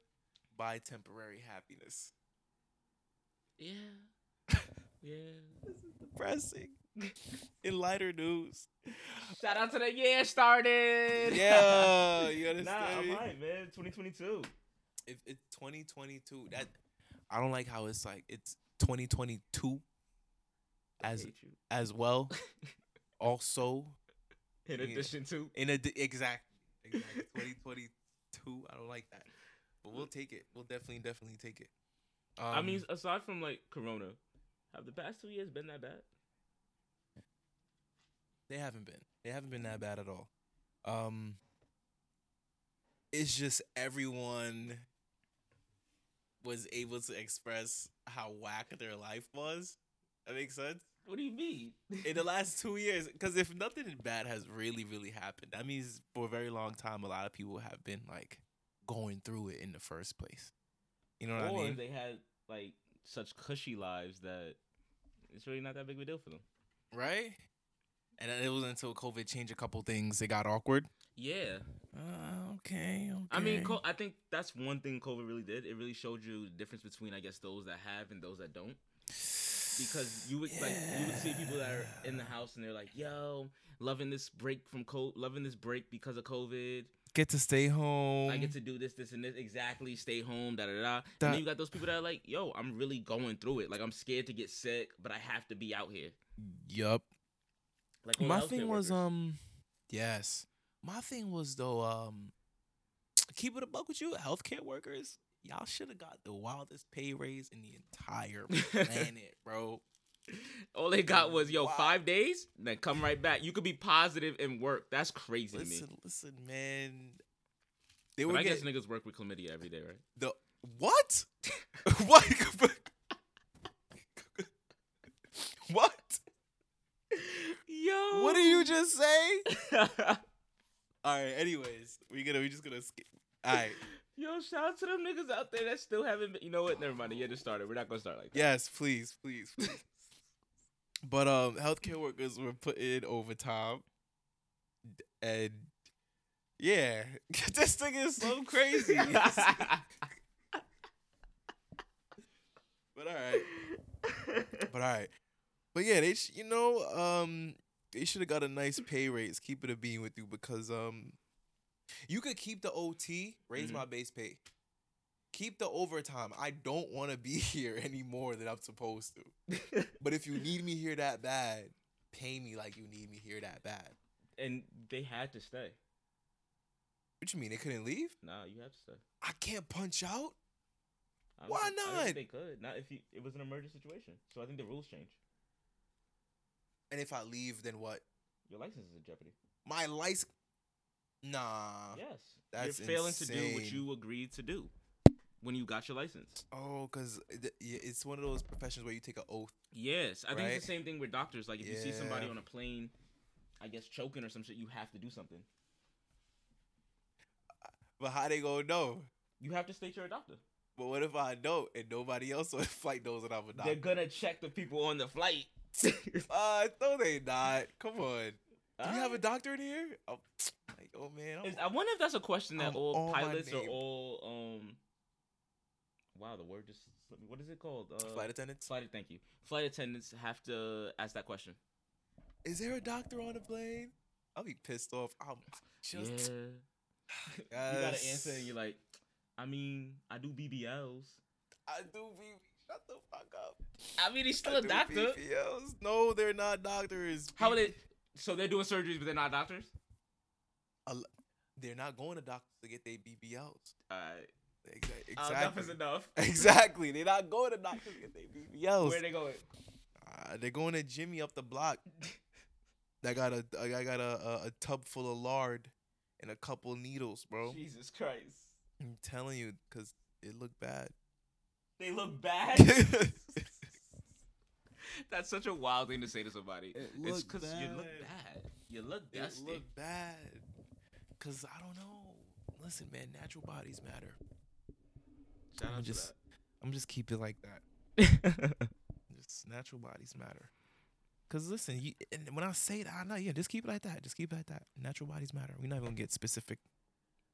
Speaker 2: buy temporary happiness.
Speaker 1: yeah. Yeah.
Speaker 2: Depressing. In lighter news.
Speaker 1: Shout out to the year started.
Speaker 2: Yeah, you
Speaker 1: nah,
Speaker 2: understand
Speaker 1: I'm
Speaker 2: me?
Speaker 1: right, man. 2022.
Speaker 2: If it's 2022, that I don't like how it's like it's 2022
Speaker 1: I
Speaker 2: as
Speaker 1: hate you.
Speaker 2: as well. also,
Speaker 1: In
Speaker 2: yeah.
Speaker 1: addition to
Speaker 2: in a d- exact, exact 2022, I don't like that. But we'll take it. We'll definitely, definitely take it. Um,
Speaker 1: I mean, aside from like Corona, have the past two years been that bad?
Speaker 2: They haven't been. They haven't been that bad at all. Um it's just everyone was able to express how whack their life was. That makes sense.
Speaker 1: What do you mean?
Speaker 2: In the last two years, because if nothing bad has really, really happened, that means for a very long time, a lot of people have been like going through it in the first place. You know what
Speaker 1: or
Speaker 2: I mean?
Speaker 1: they had like such cushy lives that it's really not that big of a deal for them.
Speaker 2: right? And then it was until COVID changed a couple things, it got awkward.
Speaker 1: Yeah,
Speaker 2: Uh, okay, okay.
Speaker 1: I mean, co- I think that's one thing COVID really did. It really showed you the difference between, I guess, those that have and those that don't. Because you would like you would see people that are in the house and they're like, "Yo, loving this break from co- loving this break because of COVID.
Speaker 2: get to stay home.
Speaker 1: I get to do this, this, and this. Exactly, stay home. Da da da. And
Speaker 2: That-
Speaker 1: then you got those people that are like, "Yo, I'm really going through it. Like, I'm scared to get sick, but I have to be out here."
Speaker 2: Yup.
Speaker 1: Like, all
Speaker 2: My
Speaker 1: the
Speaker 2: thing
Speaker 1: healthcare workers.
Speaker 2: was um, yes. My thing was though um, keep it a buck with you, healthcare workers. Y'all should have got the wildest pay raise in the entire planet, bro.
Speaker 1: All they got was yo
Speaker 2: Wow.
Speaker 1: five days, then come right back. You could be positive and work. That's crazy to me.
Speaker 2: Listen, listen, man. They
Speaker 1: But
Speaker 2: were
Speaker 1: I guess
Speaker 2: getting
Speaker 1: niggas work with chlamydia every day, right?
Speaker 2: the what? what? what?
Speaker 1: Yo,
Speaker 2: What did you just say? All right. Anyways, we gonna we just gonna skip. All right.
Speaker 1: yo, shout out to them niggas out there that still haven't. Been, you know what? Never mind. Yeah, just started. We're not gonna start like that.
Speaker 2: Yes, please, please, please. but um, healthcare workers were put in overtime, D- and yeah, this thing is so crazy. but all right, but all right, but yeah, they sh- you know um they should have got a nice pay raise. Keep it a being with you because um you could keep the OT, raise
Speaker 1: Mhm.
Speaker 2: my base pay. Keep the overtime. I don't want to be here any more than I'm supposed to. But if you need me here that bad, pay me like you need me here that bad.
Speaker 1: and they had to stay.
Speaker 2: What you mean they couldn't leave?
Speaker 1: Nah, you have to stay.
Speaker 2: I can't punch out.
Speaker 1: I don't
Speaker 2: Why
Speaker 1: think- I don't think
Speaker 2: not?
Speaker 1: they could. Not if you, it was an emergent situation. So I think the rules change.
Speaker 2: And if I leave, then what?
Speaker 1: Your license is in jeopardy.
Speaker 2: My license? Nah.
Speaker 1: yes,
Speaker 2: that's
Speaker 1: you're failing to do what
Speaker 2: insane.
Speaker 1: you agreed to do when you got your license.
Speaker 2: Oh, cause th- yeah, it's one of those professions where you take an oath.
Speaker 1: Yes, I think it's the
Speaker 2: Right?
Speaker 1: same thing with doctors. Like if you see somebody
Speaker 2: Yeah.
Speaker 1: on a plane, I guess choking or some shit, you have to do something.
Speaker 2: But how they gonna know?
Speaker 1: You have to state you're a doctor.
Speaker 2: But what if I don't and nobody else on the flight knows that I'm a
Speaker 1: They're
Speaker 2: doctor?
Speaker 1: gonna check the people on the flight. do
Speaker 2: Uh, no, they not. Come on. Do you have a doctor in here? I'm, like, oh man, I'm,
Speaker 1: Ah. I wonder if that's a question that
Speaker 2: I'm
Speaker 1: all
Speaker 2: on my
Speaker 1: pilots or
Speaker 2: name.
Speaker 1: all um. Wow, the word just slipped me. What is it called? Uh,
Speaker 2: flight attendants.
Speaker 1: flight. Thank you. Flight attendants have to ask that question.
Speaker 2: Is there a doctor on the plane? I'll be pissed off. I'm just.
Speaker 1: yeah. You gotta answer, and you're like, I mean, I do BBLs.
Speaker 2: I do be shut the fuck up.
Speaker 1: I mean, he's still
Speaker 2: I
Speaker 1: a
Speaker 2: do
Speaker 1: doctor.
Speaker 2: BBLs. No, they're not doctors.
Speaker 1: How are
Speaker 2: Pe-
Speaker 1: they? So they're doing surgeries, but they're not doctors.
Speaker 2: They're not going to doctors to get their BBLs.
Speaker 1: All right.
Speaker 2: Exa-
Speaker 1: Uh, enough
Speaker 2: Exactly.
Speaker 1: is enough.
Speaker 2: exactly. They're not going to doctors to get their BBLs.
Speaker 1: Where they going?
Speaker 2: Uh, they're going to Jimmy up the block. I got a I got a, a a tub full of lard and a couple needles, bro.
Speaker 1: Jesus Christ.
Speaker 2: I'm telling you, cause it looked bad.
Speaker 1: They look bad. That's such a wild thing to say to somebody.
Speaker 2: It
Speaker 1: it's
Speaker 2: looked
Speaker 1: because you look
Speaker 2: bad.
Speaker 1: bad. You look
Speaker 2: it
Speaker 1: dusty.
Speaker 2: looked bad. Cause I don't know. Listen, man, natural bodies matter.
Speaker 1: Shout
Speaker 2: I'ma
Speaker 1: out
Speaker 2: just- I'm just keep it like that.
Speaker 1: to that.
Speaker 2: Just natural bodies matter. Cause listen, you, and when I say that, I know yeah. Just keep it like that. Just keep it like that. Natural bodies matter. We're not gonna get specific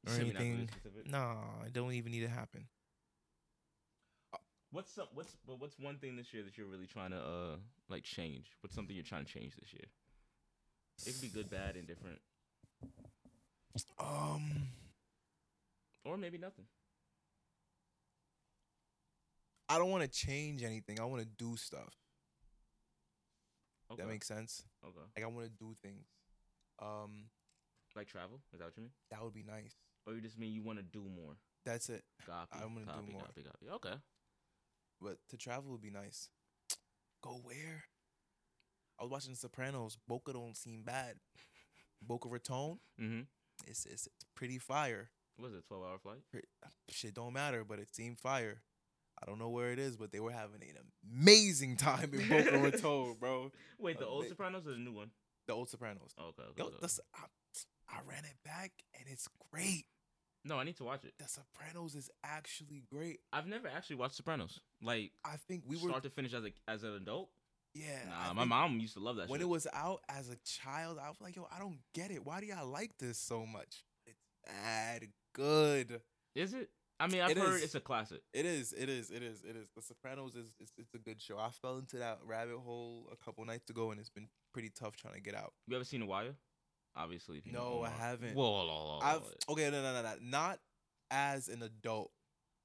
Speaker 2: or
Speaker 1: Should we not go
Speaker 2: anything.
Speaker 1: specific?
Speaker 2: No, it don't even need to happen.
Speaker 1: What's some, what's but what's one thing this year that you're really trying to uh like change? What's something you're trying to change this year? It could be good, bad, indifferent,
Speaker 2: Um,
Speaker 1: or maybe nothing.
Speaker 2: I don't want to change anything. I want to do stuff.
Speaker 1: Okay.
Speaker 2: That makes sense.
Speaker 1: okay.
Speaker 2: Like I want to do things. Um,
Speaker 1: Like travel? Is that what you mean?
Speaker 2: that would be nice.
Speaker 1: Or you just mean you want to do more?
Speaker 2: That's it.
Speaker 1: Copy.
Speaker 2: I wanna do
Speaker 1: copy,
Speaker 2: more.
Speaker 1: Copy. Copy. Okay.
Speaker 2: But to travel would be nice. Go where? I was watching The Sopranos. Boca don't seem bad. Boca Raton,
Speaker 1: Mm-hmm.
Speaker 2: it's it's, it's pretty fire.
Speaker 1: Was it a 12 hour flight?
Speaker 2: Pre- Shit don't matter, but it seemed fire. I don't know where it is, but they were having an amazing time in Boca Raton, bro.
Speaker 1: Wait, the
Speaker 2: Uh,
Speaker 1: old
Speaker 2: they-
Speaker 1: Sopranos or the new one?
Speaker 2: The old Sopranos.
Speaker 1: Oh, okay. okay,
Speaker 2: Yo,
Speaker 1: okay.
Speaker 2: the, S- I, I ran it back and it's great.
Speaker 1: no, I need to watch it.
Speaker 2: The Sopranos is actually great.
Speaker 1: I've never actually watched Sopranos. Like
Speaker 2: I think we were
Speaker 1: start to finish as a as an adult.
Speaker 2: yeah. I
Speaker 1: Nah, my
Speaker 2: think
Speaker 1: mom used to love that.
Speaker 2: when
Speaker 1: shit.
Speaker 2: it was out as a child, I was like, yo, I don't get it. Why do y'all like this so much? It's bad good.
Speaker 1: is it? I mean, I've
Speaker 2: It
Speaker 1: heard
Speaker 2: is.
Speaker 1: it's a classic.
Speaker 2: It is, it is, it is, it is. The Sopranos is it's, it's a good show. I fell into that rabbit hole a couple nights ago and it's been pretty tough trying to get out.
Speaker 1: You ever seen The Wire? Obviously. if you know
Speaker 2: No, I
Speaker 1: Omar.
Speaker 2: haven't.
Speaker 1: Whoa, whoa, whoa, whoa,
Speaker 2: I've
Speaker 1: whoa.
Speaker 2: okay, no, no, no, no, not as an adult.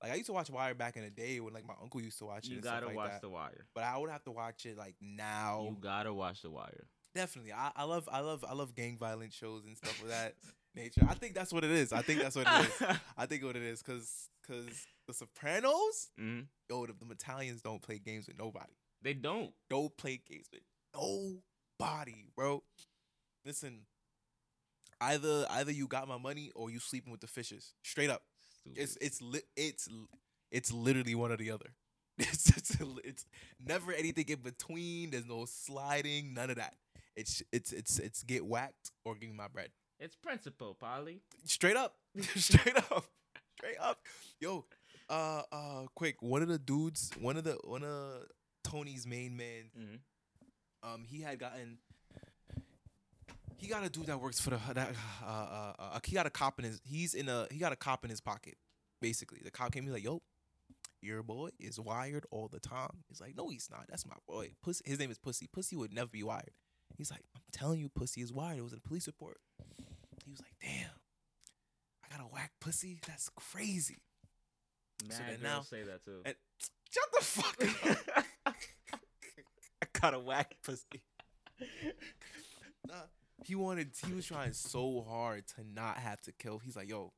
Speaker 2: Like I used to watch Wire back in the day when like my uncle used to watch it.
Speaker 1: you
Speaker 2: and stuff
Speaker 1: gotta
Speaker 2: like
Speaker 1: watch
Speaker 2: that. Oh.
Speaker 1: The Wire.
Speaker 2: but I would have to watch it like now.
Speaker 1: You gotta watch The Wire.
Speaker 2: Definitely, I, I love, I love, I love gang violence shows and stuff of that nature. I think that's what it is. I think that's what it is. I think what it is, cause, cause The Sopranos,
Speaker 1: hmm
Speaker 2: yo, the, them Italians don't play games with nobody.
Speaker 1: They don't.
Speaker 2: Don't play games with nobody, bro. Listen, either either you got my money or you sleeping with the fishes. Straight up,
Speaker 1: Stupid.
Speaker 2: it's it's li- it's l- it's literally one or the other. It's just, it's never anything in between. There's no sliding, none of that. It's it's it's it's get whacked or give me my bread.
Speaker 1: It's principle, Polly.
Speaker 2: Straight up, straight up, straight up. Yo, uh, uh, quick. One of the dudes, one of the one of Tony's main men.
Speaker 1: Mhm.
Speaker 2: Um, he had gotten. He got a dude that works for the that, uh, uh, uh, he got a cop in his he's in a he got a cop in his pocket basically. The cop came, he's like, yo, your boy is wired all the time. He's like, no, he's not. That's my boy. Pussy. His name is Pussy. Pussy would never be wired. He's like, I'm telling you, Pussy is wired. It was in a police report. He was like, damn, I got to whack Pussy? That's crazy.
Speaker 1: Mad
Speaker 2: then
Speaker 1: girls
Speaker 2: now-
Speaker 1: say that too.
Speaker 2: And shut the fuck up. I got to whack Pussy. nah, he wanted, he was trying so hard to not have to kill. He's like, yo,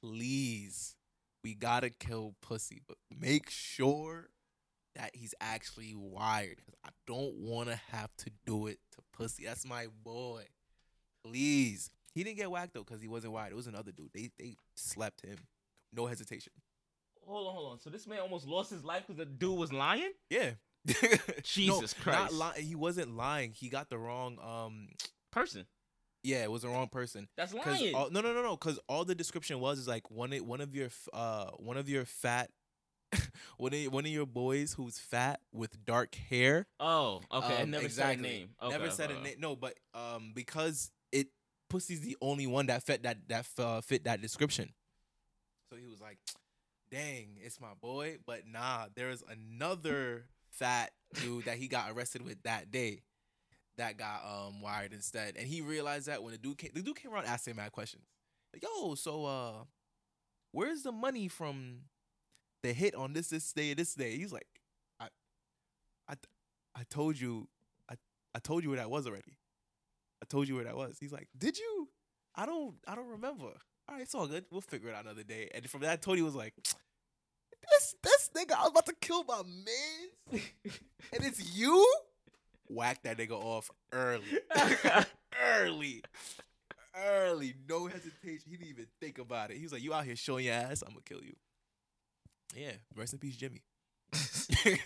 Speaker 2: please, we gotta kill pussy, but make sure that he's actually wired. 'cause I don't wanna have to do it to pussy. That's my boy. Please. He didn't get whacked though, cause he wasn't wired. It was another dude. They they slept him, no hesitation.
Speaker 1: hold on, hold on. So this man almost lost his life because the dude was lying.
Speaker 2: Yeah.
Speaker 1: Jesus Christ,
Speaker 2: Not li- he wasn't lying. He got the wrong um.
Speaker 1: person.
Speaker 2: Yeah, it was the wrong person.
Speaker 1: That's
Speaker 2: Cause
Speaker 1: lying.
Speaker 2: all, no, no, no, no. Cause all the description was is like one of- one of your f- uh one of your fat one of one of your boys who's fat with dark hair.
Speaker 1: oh, okay. I
Speaker 2: Um,
Speaker 1: never
Speaker 2: exactly.
Speaker 1: said a name. Okay,
Speaker 2: Never said a
Speaker 1: okay.
Speaker 2: name. No, but um because it pussy's the only one that fit that that uh, fit that description. So he was like, "Dang, it's my boy." But nah, there is another fat dude that he got arrested with that day. That got um wired instead, and he realized that when the dude came, the dude came around asking mad questions. Like, Yo, so uh, where's the money from the hit on this this day this day? He's like, I, I, t- I told you, I, I told you where that was already. I told you where that was. He's like, did you? I don't, I don't remember. All right, it's all good. We'll figure it out another day. And from that, Tony was like, this this nigga, I was about to kill my man, and it's you. Whack that nigga off early, early. Early, no hesitation. He didn't even think about it. He was like, "You out here showing your ass? I'm gonna kill you." Yeah, rest in peace, Jimmy. Straight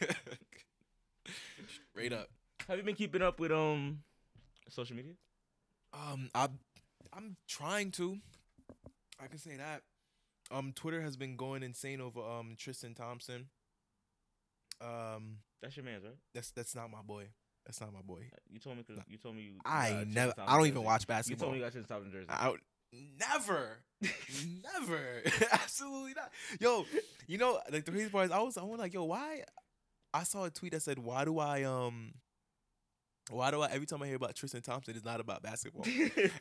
Speaker 2: up.
Speaker 1: Have you been keeping up with um social media?
Speaker 2: Um, I, I'm trying to. I can say that. Um, Twitter has been going insane over um Tristan Thompson. Um,
Speaker 1: That's your man's, right?
Speaker 2: that's that's not my boy. That's not my boy.
Speaker 1: You told me. 'cause- You told me. You, you
Speaker 2: I
Speaker 1: got Tristan
Speaker 2: never.
Speaker 1: Thompson
Speaker 2: I don't even
Speaker 1: jersey.
Speaker 2: watch
Speaker 1: You told
Speaker 2: basketball.
Speaker 1: me you got Tristan Thompson jersey.
Speaker 2: I, Never, never, absolutely not. Yo, you know, like the crazy part is, I was, I was like, yo, why? I saw a tweet that said, why do I um, why do I every time I hear about Tristan Thompson, it's not about basketball,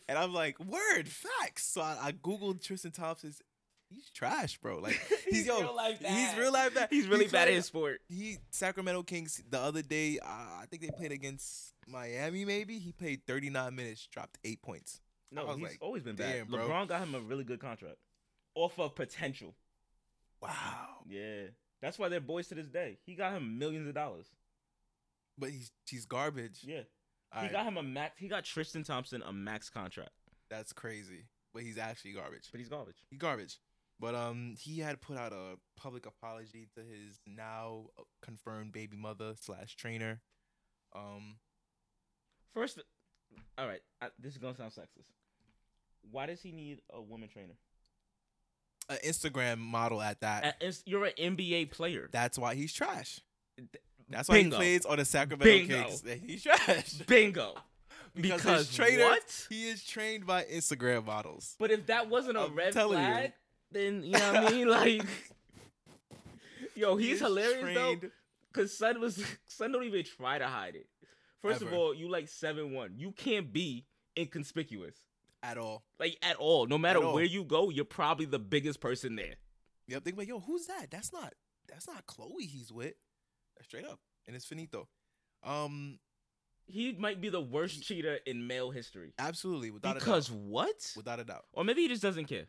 Speaker 2: and I'm like, word, facts. So I, I googled Tristan Thompson's. He's trash, bro. Like he's yo,
Speaker 1: life
Speaker 2: he's real life bad.
Speaker 1: He's really
Speaker 2: He
Speaker 1: bad at
Speaker 2: played-
Speaker 1: his sport.
Speaker 2: he Sacramento Kings the other day. Uh, I think they played against Miami. Maybe he played 39 minutes, dropped eight points. I
Speaker 1: No,
Speaker 2: was
Speaker 1: he's
Speaker 2: like,
Speaker 1: always been bad.
Speaker 2: damn, bro.
Speaker 1: LeBron got him a really good contract, off of potential.
Speaker 2: Wow.
Speaker 1: Yeah, that's why they're boys to this day. He got him millions of dollars.
Speaker 2: But he's he's garbage.
Speaker 1: Yeah,
Speaker 2: All
Speaker 1: he
Speaker 2: right,
Speaker 1: got him a max. He got Tristan Thompson a max contract,
Speaker 2: that's crazy. But he's actually garbage.
Speaker 1: but he's garbage.
Speaker 2: He's garbage. But um, he had put out a public apology to his now uh, confirmed baby mother slash trainer. Um,
Speaker 1: First, all right, I, this is gonna sound sexist. Why does he need a woman trainer?
Speaker 2: an Instagram model at that.
Speaker 1: A- it's- you're an NBA player.
Speaker 2: that's why he's trash. That's why
Speaker 1: Bingo.
Speaker 2: he plays on the Sacramento
Speaker 1: Bingo.
Speaker 2: Kings. He's trash.
Speaker 1: Bingo.
Speaker 2: Because his trainer- He is trained by Instagram models.
Speaker 1: But if that wasn't a
Speaker 2: I'm
Speaker 1: red
Speaker 2: telling you.
Speaker 1: flag, then you know what I mean. Like, yo, he's
Speaker 2: He is
Speaker 1: hilarious though.
Speaker 2: trained-
Speaker 1: Cause Sun was Sun don't even try to hide it. First of
Speaker 2: Ever.
Speaker 1: all, you like seven one. You can't be inconspicuous
Speaker 2: at all.
Speaker 1: like at all. No matter
Speaker 2: At all.
Speaker 1: where you go, you're probably the biggest person there.
Speaker 2: Yep, they be like, yo, who's that? That's not that's not Chloe he's with. Straight up. And it's finito. Um,
Speaker 1: He might be the worst cheater in male history.
Speaker 2: absolutely, without
Speaker 1: Because
Speaker 2: a doubt.
Speaker 1: what?
Speaker 2: Without a doubt.
Speaker 1: Or maybe he just doesn't care.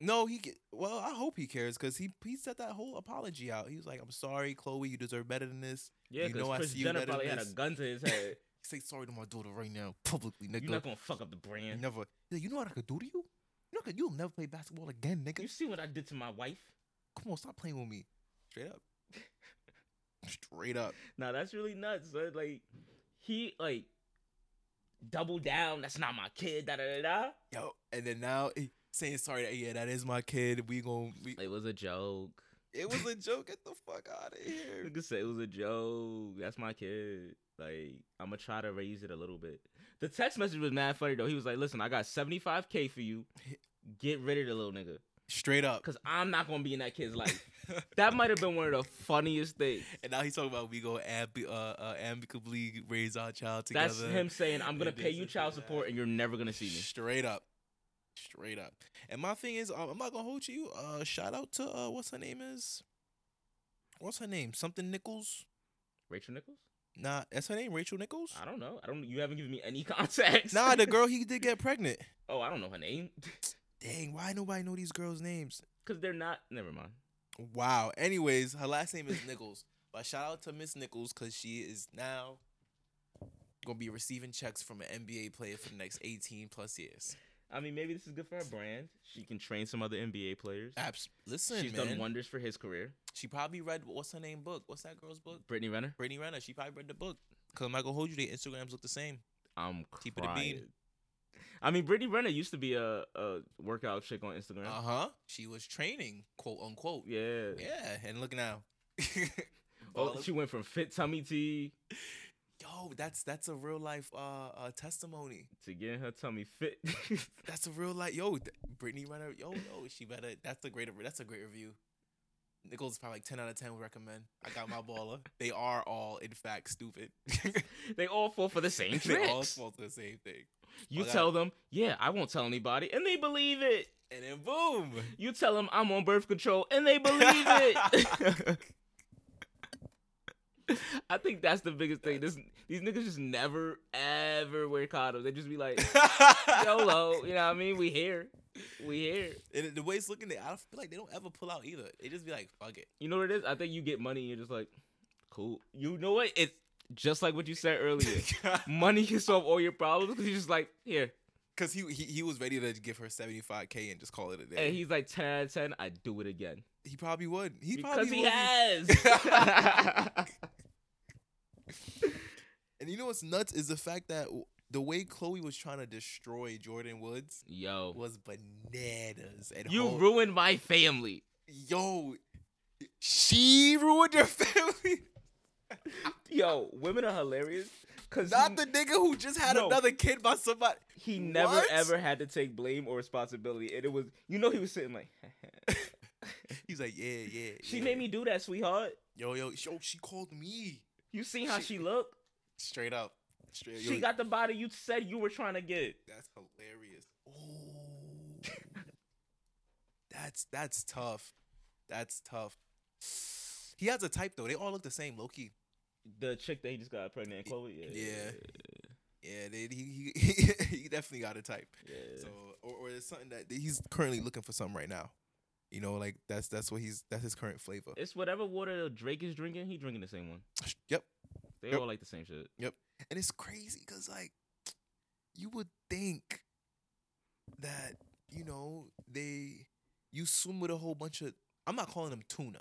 Speaker 2: No, he ca- well, I hope he cares because he he set that whole apology out. He was like, I'm sorry, Chloe, you deserve better than this.
Speaker 1: Yeah,
Speaker 2: You
Speaker 1: because
Speaker 2: know I
Speaker 1: Chris
Speaker 2: see you
Speaker 1: Jenner
Speaker 2: better
Speaker 1: probably
Speaker 2: than
Speaker 1: had a
Speaker 2: this.
Speaker 1: gun to his head.
Speaker 2: Say sorry to my daughter right now, publicly, nigga.
Speaker 1: You're not gonna fuck up the
Speaker 2: You
Speaker 1: brand.
Speaker 2: never He's like, you know what I could do to you? You know, what I could- you'll never play basketball again, nigga.
Speaker 1: You see what I did to my wife?
Speaker 2: Come on, stop playing with me. Straight up. Straight up.
Speaker 1: Nah, that's really nuts. son. Like he like double down. That's not my kid. Da da da da.
Speaker 2: Yo, and then now eh, saying sorry. That, yeah, that is my kid. We gon' we,
Speaker 1: It was a joke.
Speaker 2: It was a joke. Get the fuck out of here.
Speaker 1: Nigga said it was a joke. That's my kid. Like I'm gonna try to raise it a little bit. The text message was mad funny though. He was like, "Listen, I got 75k for you. Get rid of the little nigga,
Speaker 2: Straight up.
Speaker 1: cause I'm not gonna be in that kid's life." That might have been one of the funniest things.
Speaker 2: and now he's talking about we go ambi- uh, uh, amicably raise our child together.
Speaker 1: That's him saying, "I'm gonna
Speaker 2: and
Speaker 1: pay
Speaker 2: this
Speaker 1: you
Speaker 2: and
Speaker 1: child
Speaker 2: that."
Speaker 1: support, and you're never gonna see me."
Speaker 2: Straight up. Straight up. And my thing is, um, I'm not gonna hold you. Uh, shout out to uh, what's her name is. What's her name? Something Nichols.
Speaker 1: Rachel Nichols?
Speaker 2: Nah, that's her name. Rachel Nichols.
Speaker 1: I don't know. I don't. You haven't given me any context.
Speaker 2: Nah, the girl he did get pregnant.
Speaker 1: oh, I don't know her name.
Speaker 2: Dang, why nobody know these girls' names?
Speaker 1: Cause they're not. Never mind.
Speaker 2: Wow. Anyways, her last name is Nichols. But shout out to Miss Nichols because she is now gonna be receiving checks from an NBA player for the next 18 plus years.
Speaker 1: I mean, maybe this is good for her brand. She can train some other NBA players.
Speaker 2: Abs- Listen,
Speaker 1: She's
Speaker 2: man.
Speaker 1: done wonders for his career.
Speaker 2: She probably read what's her name book? What's that girl's book?
Speaker 1: Brittany Renner.
Speaker 2: Brittany Renner. She probably read the book. Cause I'm not gonna hold you. Their Instagrams look the same.
Speaker 1: I'm
Speaker 2: Keep it a
Speaker 1: crying.
Speaker 2: bean.
Speaker 1: I mean, Brittany Renner used to be a, a workout chick on Instagram.
Speaker 2: Uh huh. She was training, quote unquote.
Speaker 1: yeah.
Speaker 2: Yeah. And look now.
Speaker 1: Oh, she went from fit tummy tea
Speaker 2: Yo, that's that's a real life uh, uh testimony.
Speaker 1: to getting her tummy fit.
Speaker 2: That's a real like yo, th- Brittany Renner. Yo, yo, she better. That's a great. That's a great review. Nichols is probably like ten out of ten. Would recommend. I got my baller. they are all in fact stupid.
Speaker 1: they all fall for the same
Speaker 2: they all
Speaker 1: tricks.
Speaker 2: fall to the same thing.
Speaker 1: You
Speaker 2: Well, that-
Speaker 1: tell them, yeah, I won't tell anybody, and they believe it.
Speaker 2: And then boom.
Speaker 1: You tell them I'm on birth control, and they believe it. I think that's the biggest thing. This these niggas just never ever wear condoms. They just be like, YOLO. You know what I mean? We here. We here.
Speaker 2: And the way it's looking, they I don't feel like they don't ever pull out either. They just be like, fuck it.
Speaker 1: You know what it is? I think you get money and you're just like, cool. You know what? It's just like what you said earlier. money can solve all your problems because you're just like, here.
Speaker 2: Cause he, he he was ready to give her seventy five k and just call it a day.
Speaker 1: And he's like 10 out of 10. I do it again.
Speaker 2: he probably would. He
Speaker 1: because
Speaker 2: probably
Speaker 1: he
Speaker 2: would.
Speaker 1: has.
Speaker 2: And you know what's nuts is the fact that w- the way Chloe was trying to destroy Jordan Woods
Speaker 1: Yo.
Speaker 2: was bananas. And
Speaker 1: You
Speaker 2: whole-
Speaker 1: ruined my family.
Speaker 2: yo, she ruined your family.
Speaker 1: Yo, women are hilarious. Cause he,
Speaker 2: Not the nigga who just had
Speaker 1: No.
Speaker 2: another kid by somebody.
Speaker 1: he never
Speaker 2: What?
Speaker 1: ever had to take blame or responsibility, and it was you know he was sitting like,
Speaker 2: He's like, yeah, yeah.
Speaker 1: she
Speaker 2: yeah.
Speaker 1: made me do that, sweetheart.
Speaker 2: Yo, yo, yo, she called me.
Speaker 1: You seen how
Speaker 2: She-
Speaker 1: she, looked?
Speaker 2: Straight up. Straight
Speaker 1: She
Speaker 2: yo,
Speaker 1: got the body you said you were trying to get.
Speaker 2: That's hilarious. Ooh. that's that's tough. That's tough. He has a type though. They all look the same, low key.
Speaker 1: The chick that he just got pregnant, Chloe. Yeah,
Speaker 2: Yeah. Yeah, they, he, he he definitely got a type.
Speaker 1: yeah.
Speaker 2: So uh, or or it's something that he's currently looking for something right now. You know, like that's that's what he's that's his current flavor.
Speaker 1: It's whatever water Drake is drinking. He drinking the same one.
Speaker 2: Yep.
Speaker 1: They
Speaker 2: Yep.
Speaker 1: all like the same shit.
Speaker 2: And it's crazy because like you would think that, you know, they you swim with a whole bunch of I'm not calling them tuna.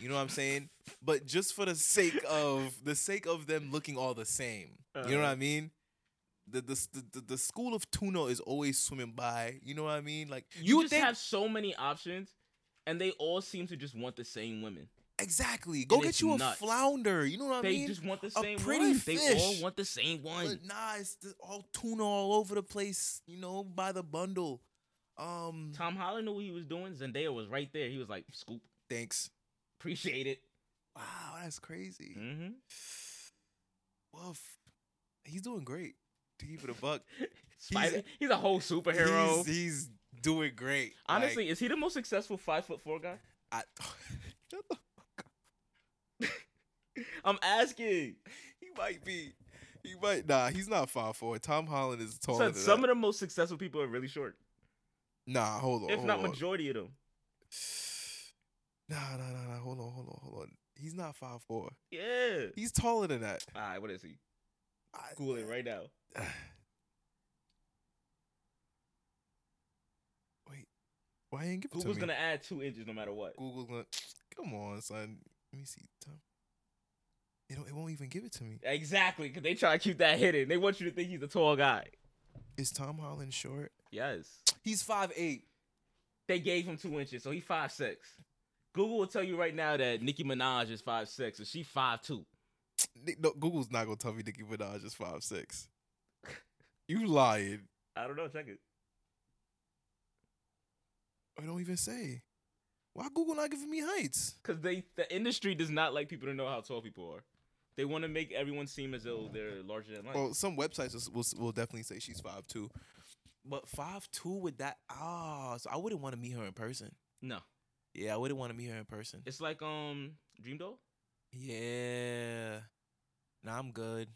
Speaker 2: You know what I'm saying? but just for the sake of the sake of them looking all the same. you know what I
Speaker 1: Uh-huh.
Speaker 2: mean? The, the the the- the school of tuna is always swimming by. You know what I mean? Like
Speaker 1: You,
Speaker 2: you, would
Speaker 1: just
Speaker 2: think
Speaker 1: have so many options, and they all seem to just want the same women.
Speaker 2: exactly. Go
Speaker 1: and
Speaker 2: get
Speaker 1: it's
Speaker 2: you a
Speaker 1: nuts.
Speaker 2: flounder. You know what I
Speaker 1: they
Speaker 2: mean?
Speaker 1: just want the same
Speaker 2: pretty
Speaker 1: one. They all
Speaker 2: fish.
Speaker 1: want the same one.
Speaker 2: But nah, it's just all tuna all over the place, you know, by the bundle. Um,
Speaker 1: Tom Holland knew what he was doing. Zendaya was right there. He was like, "Scoop,
Speaker 2: thanks.
Speaker 1: appreciate it."
Speaker 2: Wow, that's crazy.
Speaker 1: hmm
Speaker 2: Woof. He's doing great. To keep it a buck,
Speaker 1: Spider, he's, a whole superhero.
Speaker 2: he's, he's doing great. Like,
Speaker 1: Honestly, is he the most successful five foot four guy?
Speaker 2: I, Shut the-
Speaker 1: I'm asking.
Speaker 2: he might be. He might. Nah, he's not five four. Tom Holland is taller
Speaker 1: Son,
Speaker 2: than
Speaker 1: some
Speaker 2: that.
Speaker 1: of the most successful people are really short,
Speaker 2: Nah, hold on.
Speaker 1: if
Speaker 2: hold
Speaker 1: not
Speaker 2: on.
Speaker 1: majority of them.
Speaker 2: Nah, nah, nah, nah. Hold on, hold on, hold on. He's not five four.
Speaker 1: Yeah.
Speaker 2: He's taller than that.
Speaker 1: All right, what is he?
Speaker 2: I-
Speaker 1: Google it right now.
Speaker 2: Wait, why you ain't give it
Speaker 1: Google's
Speaker 2: to me?
Speaker 1: gonna add two inches no matter what.
Speaker 2: Google gonna. Come on, son. Let me see. Tom. It don't, it won't even give it to me.
Speaker 1: Exactly, because they try to keep that hidden. They want you to think he's a tall guy.
Speaker 2: Is Tom Holland short?
Speaker 1: Yes.
Speaker 2: He's five eight.
Speaker 1: They gave him two inches, so he five six. Google will tell you right now that Nicki Minaj is five six, and she five two.
Speaker 2: No, Google's not gonna tell me Nicki Minaj is five six. You lying?
Speaker 1: I don't know. Check it.
Speaker 2: I don't even say. Why Google not giving me heights?
Speaker 1: Because they the industry does not like people to know how tall people are. They want to make everyone seem as though they're larger than life.
Speaker 2: Well, some websites will, will, will definitely say she's five two. But five two with that ah, so I wouldn't want to meet her in person.
Speaker 1: no,
Speaker 2: Yeah, I wouldn't want to meet her in person.
Speaker 1: it's like um Dream Doll.
Speaker 2: Yeah. Nah, I'm good.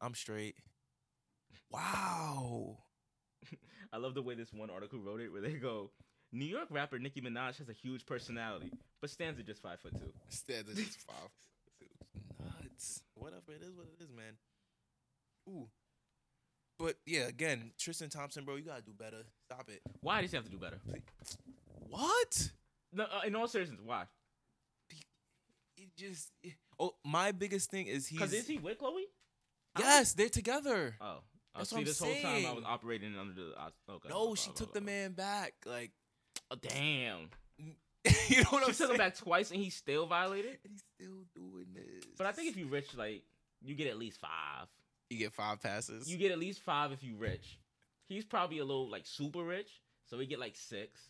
Speaker 2: I'm straight. Wow.
Speaker 1: I love the way this one article wrote it, where they go, "New York rapper Nicki Minaj has a huge personality, but stands at just five foot two.
Speaker 2: Instead of just five. Nuts. Whatever it is, what it is, man. Ooh. But yeah, again, Tristan Thompson, bro, you gotta do better. Stop it.
Speaker 1: Why does he have to do better?
Speaker 2: What?
Speaker 1: No, uh, in all seriousness, why?
Speaker 2: It just. it- oh, my biggest thing is he's.
Speaker 1: Because is he with Chloe? I don't-
Speaker 2: Yes, they're together.
Speaker 1: Oh, I
Speaker 2: That's
Speaker 1: see.
Speaker 2: what I'm
Speaker 1: this whole time I was
Speaker 2: saying.
Speaker 1: operating under the. I, okay.
Speaker 2: no,
Speaker 1: okay,
Speaker 2: she
Speaker 1: okay,
Speaker 2: took
Speaker 1: okay,
Speaker 2: the man back. Like,
Speaker 1: okay. Oh, damn.
Speaker 2: you know what
Speaker 1: She
Speaker 2: I'm
Speaker 1: took
Speaker 2: saying?
Speaker 1: him back twice, and he's still violated.
Speaker 2: And he's still doing this.
Speaker 1: But I think if you rich, like you get at least five.
Speaker 2: you get five passes,
Speaker 1: You get at least five if you rich. He's probably a little like super rich, so he get like six.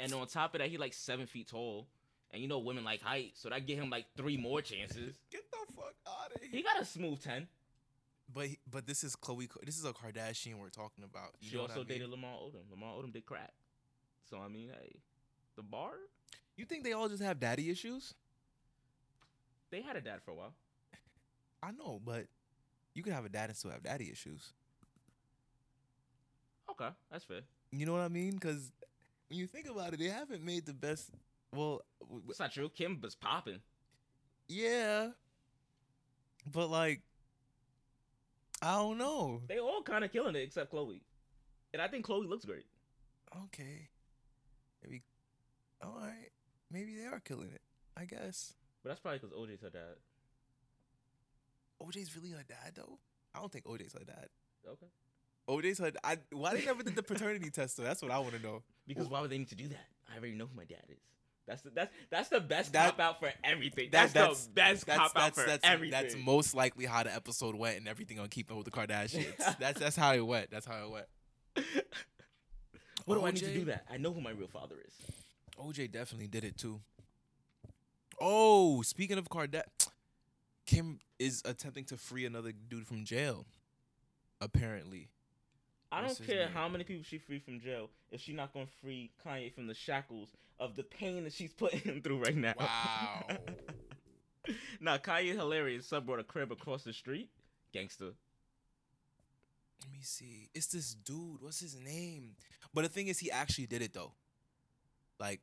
Speaker 1: And on top of that, he like seven feet tall. And you know women like height, so that get him like three more chances.
Speaker 2: Get the fuck out of
Speaker 1: He got a smooth ten.
Speaker 2: But he- but this is Chloe. This is a Kardashian we're talking about. You
Speaker 1: She
Speaker 2: know
Speaker 1: also
Speaker 2: what I mean?
Speaker 1: dated Lamar Odom. Lamar Odom did crack. So I mean, hey, the bar
Speaker 2: You think they all just have daddy issues?
Speaker 1: they had a dad for a while.
Speaker 2: I know, but you can have a dad and still have daddy issues.
Speaker 1: Okay, that's fair.
Speaker 2: You know what I mean? Because when you think about it, they haven't made the best. Well, w- w-
Speaker 1: It's not true. Kim was popping.
Speaker 2: yeah, but like, I don't know.
Speaker 1: They all kind of killing it except Chloe, and I think Chloe looks great.
Speaker 2: Okay, maybe. All right, maybe they are killing it. I guess.
Speaker 1: But that's probably because OJ's her dad.
Speaker 2: OJ's really her dad though. I don't think OJ's her dad.
Speaker 1: Okay.
Speaker 2: OJ's her. I why they never did the paternity test though? That's what I want to know.
Speaker 1: Because why would they need to do that? I already know who my dad is. That's the that's that's the best
Speaker 2: That-
Speaker 1: cop out for everything. That's,
Speaker 2: that- that's-
Speaker 1: the best
Speaker 2: That's
Speaker 1: cop out
Speaker 2: that's
Speaker 1: for
Speaker 2: that's
Speaker 1: everything.
Speaker 2: that's most likely how the episode went and everything on Keeping Up with the Kardashians. that's that's how it went. That's how it went.
Speaker 1: what do I
Speaker 2: OJ?
Speaker 1: need to do that? I know who my real father is.
Speaker 2: OJ definitely did it too. Oh, speaking of Kardashian, Kim is attempting to free another dude from jail. Apparently,
Speaker 1: I
Speaker 2: What's
Speaker 1: don't
Speaker 2: his
Speaker 1: care
Speaker 2: name?
Speaker 1: how many people she free from jail if she's not gonna free Kanye from the shackles of the pain that she's putting him through right now. now Kanye hilarious. Sub brought a crib across the street. Gangster.
Speaker 2: Let me see. It's this dude. What's his name? But the thing is, he actually did it though. Like,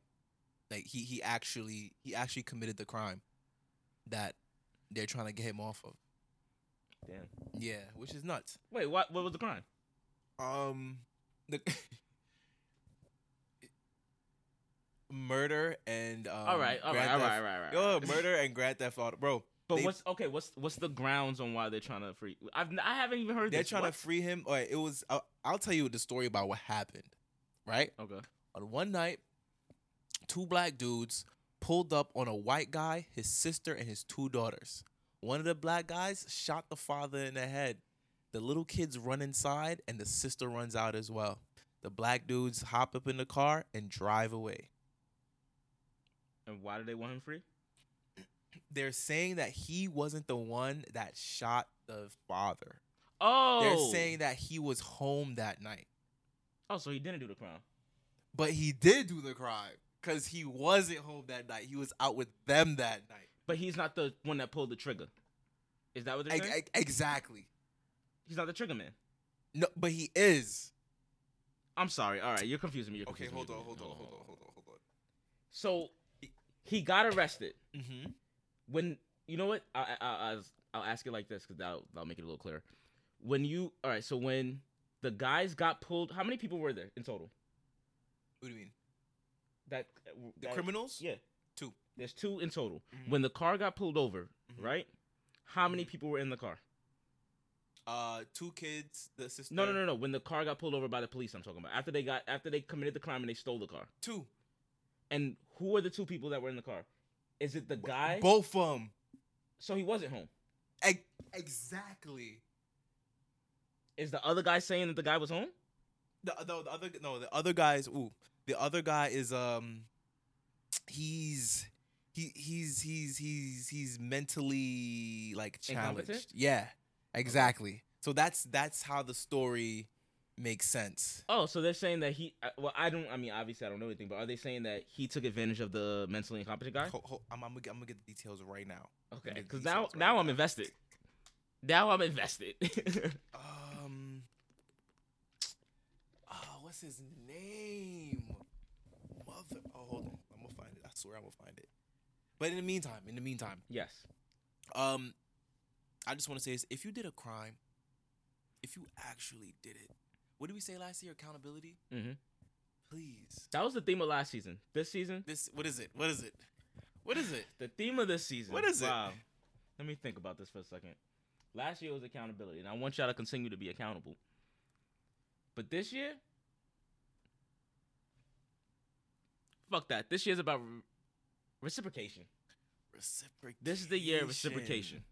Speaker 2: like he he actually he actually committed the crime that they're trying to get him off of.
Speaker 1: Damn.
Speaker 2: Yeah, which is nuts.
Speaker 1: Wait, what? What was the crime?
Speaker 2: Um, the murder and um,
Speaker 1: all right, all right,
Speaker 2: grand
Speaker 1: all right, all
Speaker 2: theft-
Speaker 1: right, all right.
Speaker 2: Yo, murder and grand theft auto, bro.
Speaker 1: But
Speaker 2: they-
Speaker 1: what's okay? What's what's the grounds on why they're trying to free? I've n- I haven't even heard.
Speaker 2: They're
Speaker 1: this.
Speaker 2: trying
Speaker 1: What?
Speaker 2: to free him. All right, it was. I'll, I'll tell you the story about what happened. Right
Speaker 1: okay.
Speaker 2: on one night, two black dudes pulled up on a white guy, his sister, and his two daughters. One of the black guys shot the father in the head. The little kids run inside, and the sister runs out as well. The black dudes hop up in the car and drive away.
Speaker 1: And why do they want him free?
Speaker 2: They're saying that he wasn't the one that shot the father.
Speaker 1: Oh,
Speaker 2: They're saying that he was home that night.
Speaker 1: Oh, so he didn't do the crime.
Speaker 2: But he did do the crime because he wasn't home that night. He was out with them that night.
Speaker 1: But he's not the one that pulled the trigger. Is that what they're saying?
Speaker 2: E- e- exactly.
Speaker 1: he's not the trigger man.
Speaker 2: No, but he is.
Speaker 1: I'm sorry. All right, you're confusing me. You're confusing me.
Speaker 2: hold on, hold
Speaker 1: So he got arrested
Speaker 2: on. Mm-hmm.
Speaker 1: when you know what? I, I, I, I'll ask it like this because that'll, that'll make it a little clearer. When you all right? So when the guys got pulled, how many people were there in total?
Speaker 2: What do you mean?
Speaker 1: That
Speaker 2: The
Speaker 1: that-
Speaker 2: criminals?
Speaker 1: Yeah,
Speaker 2: Two.
Speaker 1: There's two in total.
Speaker 2: Mhm.
Speaker 1: When the car got pulled over,
Speaker 2: Mhm.
Speaker 1: right? How many
Speaker 2: Mhm.
Speaker 1: people were in the car?
Speaker 2: Uh, two kids, the sister.
Speaker 1: No, no, no, no. When the car got pulled over by the police, I'm talking about after they got after they committed the crime and they stole the car.
Speaker 2: Two.
Speaker 1: And who are the two people that were in the car? Is it the guy?
Speaker 2: Both of them.
Speaker 1: So he wasn't home.
Speaker 2: E- exactly.
Speaker 1: Is the other guy saying that the guy was home?
Speaker 2: The, the, the other no, the other guy is ooh. The other guy is um, he's he he's he's he's he's mentally like
Speaker 1: Incompetent?
Speaker 2: challenged. Yeah, exactly. So that's that's how the story makes sense.
Speaker 1: Oh, so they're saying that he. uh, Well, I don't. I mean, obviously, I don't know anything. But are they saying that he took advantage of the mentally incompetent guy?
Speaker 2: Ho- ho- I'm, I'm, gonna get, I'm gonna get the details right now.
Speaker 1: Okay,
Speaker 2: the
Speaker 1: because now
Speaker 2: details right
Speaker 1: now I'm
Speaker 2: now.
Speaker 1: invested. Now I'm invested.
Speaker 2: Um, oh, what's his name? Mother. Oh, hold on. I'm gonna find it. I swear I'm gonna find it. But in the meantime, in the meantime.
Speaker 1: yes.
Speaker 2: Um, I just want to say this: if you did a crime, if you actually did it, what did we say last year? Accountability.
Speaker 1: Mhm.
Speaker 2: Please.
Speaker 1: That was the theme of last season. This season,
Speaker 2: This. What is it? What is it? What is it?
Speaker 1: The theme of this season.
Speaker 2: What is it?
Speaker 1: Let me think about this for a second. Last year was accountability, and I want y'all to continue to be accountable. But this year, fuck that. This year's about re- reciprocation.
Speaker 2: Reciprocation.
Speaker 1: This is the year of reciprocation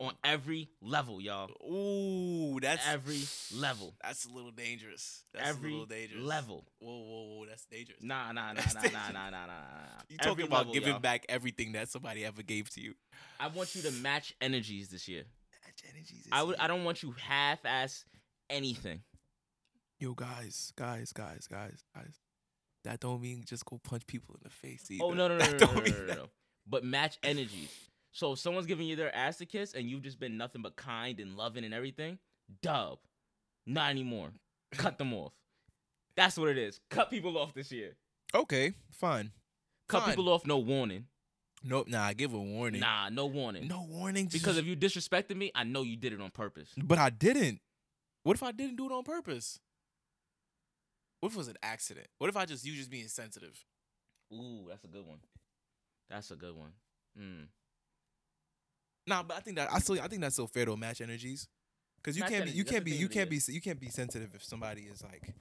Speaker 1: on every level, y'all.
Speaker 2: Ooh, that's
Speaker 1: Every level.
Speaker 2: That's a little dangerous. That's
Speaker 1: every
Speaker 2: a little dangerous.
Speaker 1: level.
Speaker 2: Whoa, whoa, whoa! That's dangerous.
Speaker 1: Nah, nah, nah,
Speaker 2: That's
Speaker 1: nah, nah,
Speaker 2: dangerous.
Speaker 1: nah, nah, nah, nah.
Speaker 2: You
Speaker 1: Every
Speaker 2: talking about
Speaker 1: level,
Speaker 2: giving
Speaker 1: y'all.
Speaker 2: back everything that somebody ever gave to you?
Speaker 1: I want you to match energies this year.
Speaker 2: That's energies.
Speaker 1: I would. I don't want you half-ass anything.
Speaker 2: Yo, guys, guys, guys, guys, guys. That don't mean just go punch people in the face. Either.
Speaker 1: Oh no no no
Speaker 2: That
Speaker 1: no, no,
Speaker 2: don't
Speaker 1: no, no,
Speaker 2: mean
Speaker 1: no, no,
Speaker 2: that.
Speaker 1: no. But match energies. So if someone's giving you their ass to kiss and you've just been nothing but kind and loving and everything, dub. Not anymore. Cut them off. That's what it is. Cut people off this year.
Speaker 2: Okay, fine.
Speaker 1: Cut
Speaker 2: Fine.
Speaker 1: people off. No warning.
Speaker 2: Nope. Nah, I give a warning.
Speaker 1: Nah, no warning.
Speaker 2: no warning.
Speaker 1: Because if you disrespected me, I know you did it on purpose.
Speaker 2: but I didn't. What if I didn't do it on purpose? What if it was an accident? What if I just you just being sensitive?
Speaker 1: Ooh, that's a good one. That's a good one. Mm.
Speaker 2: Nah, but I think that I still I think that's still fair to match energies. Cause you
Speaker 1: Match
Speaker 2: can't be you
Speaker 1: energies, that's the
Speaker 2: can't be
Speaker 1: theme
Speaker 2: you
Speaker 1: of the
Speaker 2: can't be you can't be sensitive if somebody is like.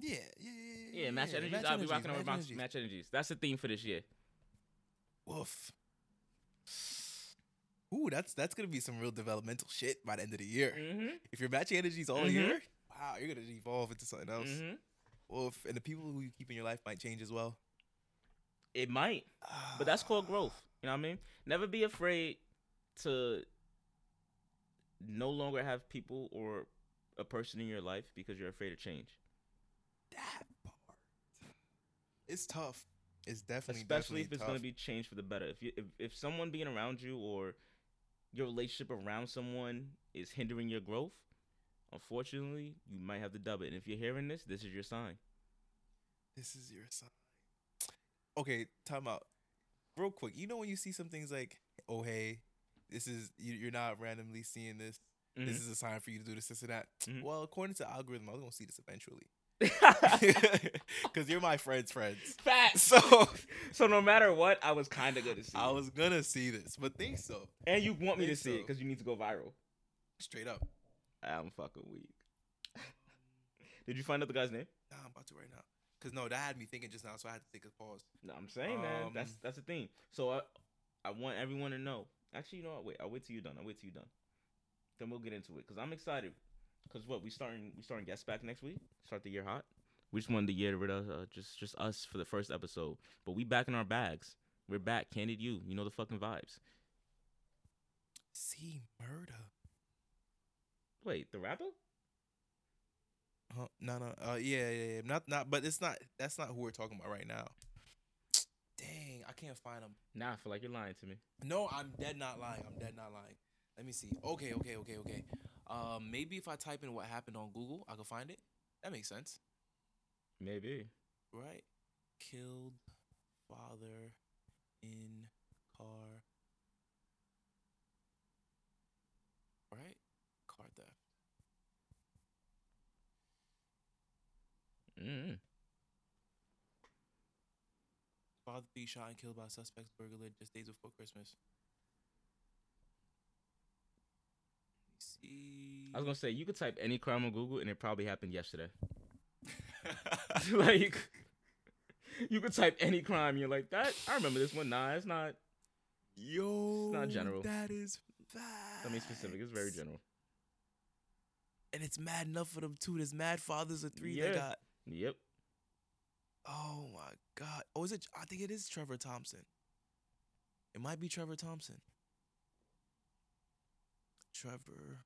Speaker 2: Yeah, yeah, yeah, yeah,
Speaker 1: Yeah, match energies. I'll be rocking with match, match energies. That's the theme for this year.
Speaker 2: Woof. Ooh, that's that's gonna be some real developmental shit by the end of the year.
Speaker 1: hmm
Speaker 2: If you're matching energies all
Speaker 1: Mhm.
Speaker 2: year, wow, you're gonna evolve into something else.
Speaker 1: hmm
Speaker 2: Woof. And the people who you keep in your life might change as well. Ah,
Speaker 1: It might, but that's called growth. You know what I mean? Never be afraid to no longer have people or a person in your life because you're afraid of change.
Speaker 2: that part. It's tough. It's definitely
Speaker 1: Especially
Speaker 2: definitely
Speaker 1: if it's
Speaker 2: tough.
Speaker 1: going to be changed for the better. If you if, if someone being around you or your relationship around someone is hindering your growth, unfortunately, you might have to dub it. And if you're hearing this, this is your sign.
Speaker 2: This is your sign. Okay, time out. Real quick, you know when you see some things like, "Oh hey, this is you, you're not randomly seeing this. This is a sign for you to do this, this, and that."
Speaker 1: Mhm.
Speaker 2: Well, according to algorithm, I was gonna see this eventually because you're my friend's friends.
Speaker 1: Facts.
Speaker 2: So
Speaker 1: So no matter what, I was kind of gonna see.
Speaker 2: I
Speaker 1: it.
Speaker 2: was gonna see this, but think so.
Speaker 1: and you want me to
Speaker 2: think
Speaker 1: see it
Speaker 2: so.
Speaker 1: because you need to go viral.
Speaker 2: Straight up,
Speaker 1: I'm fucking weak. Did you find out the guy's name?
Speaker 2: nah, I'm about to right now. Cause no, that had me thinking just now, so I had to take a pause.
Speaker 1: No, I'm saying, man, that's
Speaker 2: Um,
Speaker 1: that's the thing. So I, I want everyone to know. Actually, you know what? Wait, I'll wait till you're done. I'll wait till you're done. Then we'll get into it because I'm excited. Because what we starting we starting guests back next week. Start the year hot. We just wanted to get rid of uh, just just us for the first episode, but we back in our bags. We're back, candid you. You know the fucking vibes.
Speaker 2: See murder.
Speaker 1: Wait, the rapper?
Speaker 2: Huh? No, no. Uh, yeah, yeah, yeah. Not, not. But it's not. That's not who we're talking about right now. Dang, I can't find him.
Speaker 1: Nah, I feel like you're lying to me.
Speaker 2: No, I'm dead not lying. I'm dead not lying. Let me see. Okay, okay, okay, okay. Um, maybe if I type in what happened on Google, I could find it. That makes sense,
Speaker 1: Maybe.
Speaker 2: right? Killed father in car. Right, car theft.
Speaker 1: mm
Speaker 2: Father be shot and killed by suspects burglar just days before Christmas. See.
Speaker 1: I was gonna say you could type any crime on Google and it probably happened yesterday. like you could type any crime, you're like that. I remember this one. Nah, it's not.
Speaker 2: Yo,
Speaker 1: general.
Speaker 2: That is bad.
Speaker 1: I mean specific. It's very general.
Speaker 2: And it's mad enough for them too. There's mad fathers of three
Speaker 1: Yeah.
Speaker 2: that got.
Speaker 1: Yep.
Speaker 2: Oh my god. Oh, is it? I think it is Trevor Thompson. It might be Trevor Thompson. Trevor.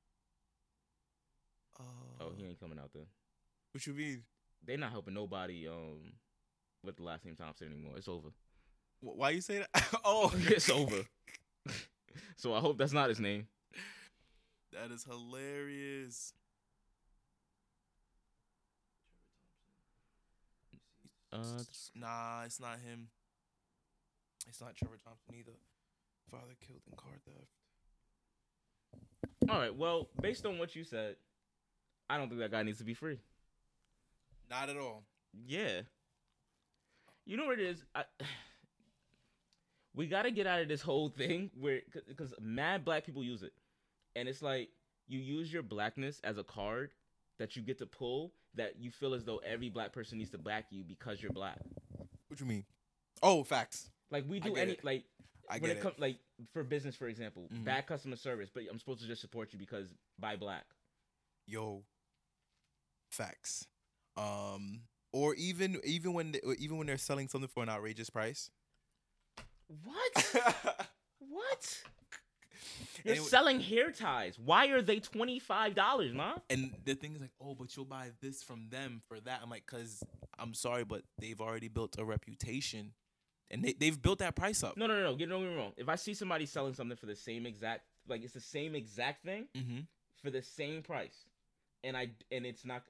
Speaker 2: Uh,
Speaker 1: Oh, he ain't coming out there.
Speaker 2: What you mean?
Speaker 1: They not helping nobody. Um, with the last name Thompson anymore. It's over.
Speaker 2: Wh- Why you say that? oh,
Speaker 1: it's over. so I hope that's not his name.
Speaker 2: That is hilarious.
Speaker 1: Uh,
Speaker 2: Nah, it's not him. It's not Trevor Thompson either. Father killed in car theft.
Speaker 1: all right. Well, based on what you said, I don't think that guy needs to be free.
Speaker 2: Not at all.
Speaker 1: Yeah. You know what it is? I, we got to get out of this whole thing where, because mad black people use it. And it's like you use your blackness as a card that you get to pull that you feel as though every black person needs to back you because you're black.
Speaker 2: What you mean? Oh, facts.
Speaker 1: Like we
Speaker 2: I
Speaker 1: do
Speaker 2: get
Speaker 1: any,
Speaker 2: it.
Speaker 1: like,
Speaker 2: I
Speaker 1: when
Speaker 2: get
Speaker 1: it
Speaker 2: it.
Speaker 1: comes, like, for business, for example,
Speaker 2: Mhm.
Speaker 1: bad customer service, but I'm supposed to just support you because by black.
Speaker 2: Yo. Facts. Um, or even even when they, or even when they're selling something for an outrageous price.
Speaker 1: What? what? You're
Speaker 2: Anyway-
Speaker 1: selling hair ties. Why are they $25, ma?
Speaker 2: and the thing is like, oh, but you'll buy this from them for that. I'm like, cause I'm sorry, but they've already built a reputation, and they they've built that price up.
Speaker 1: No, no, no, no. Get don't get me wrong. If I see somebody selling something for the same exact, like it's the same exact thing
Speaker 2: Mm-hmm.
Speaker 1: for the same price, and I and it's not,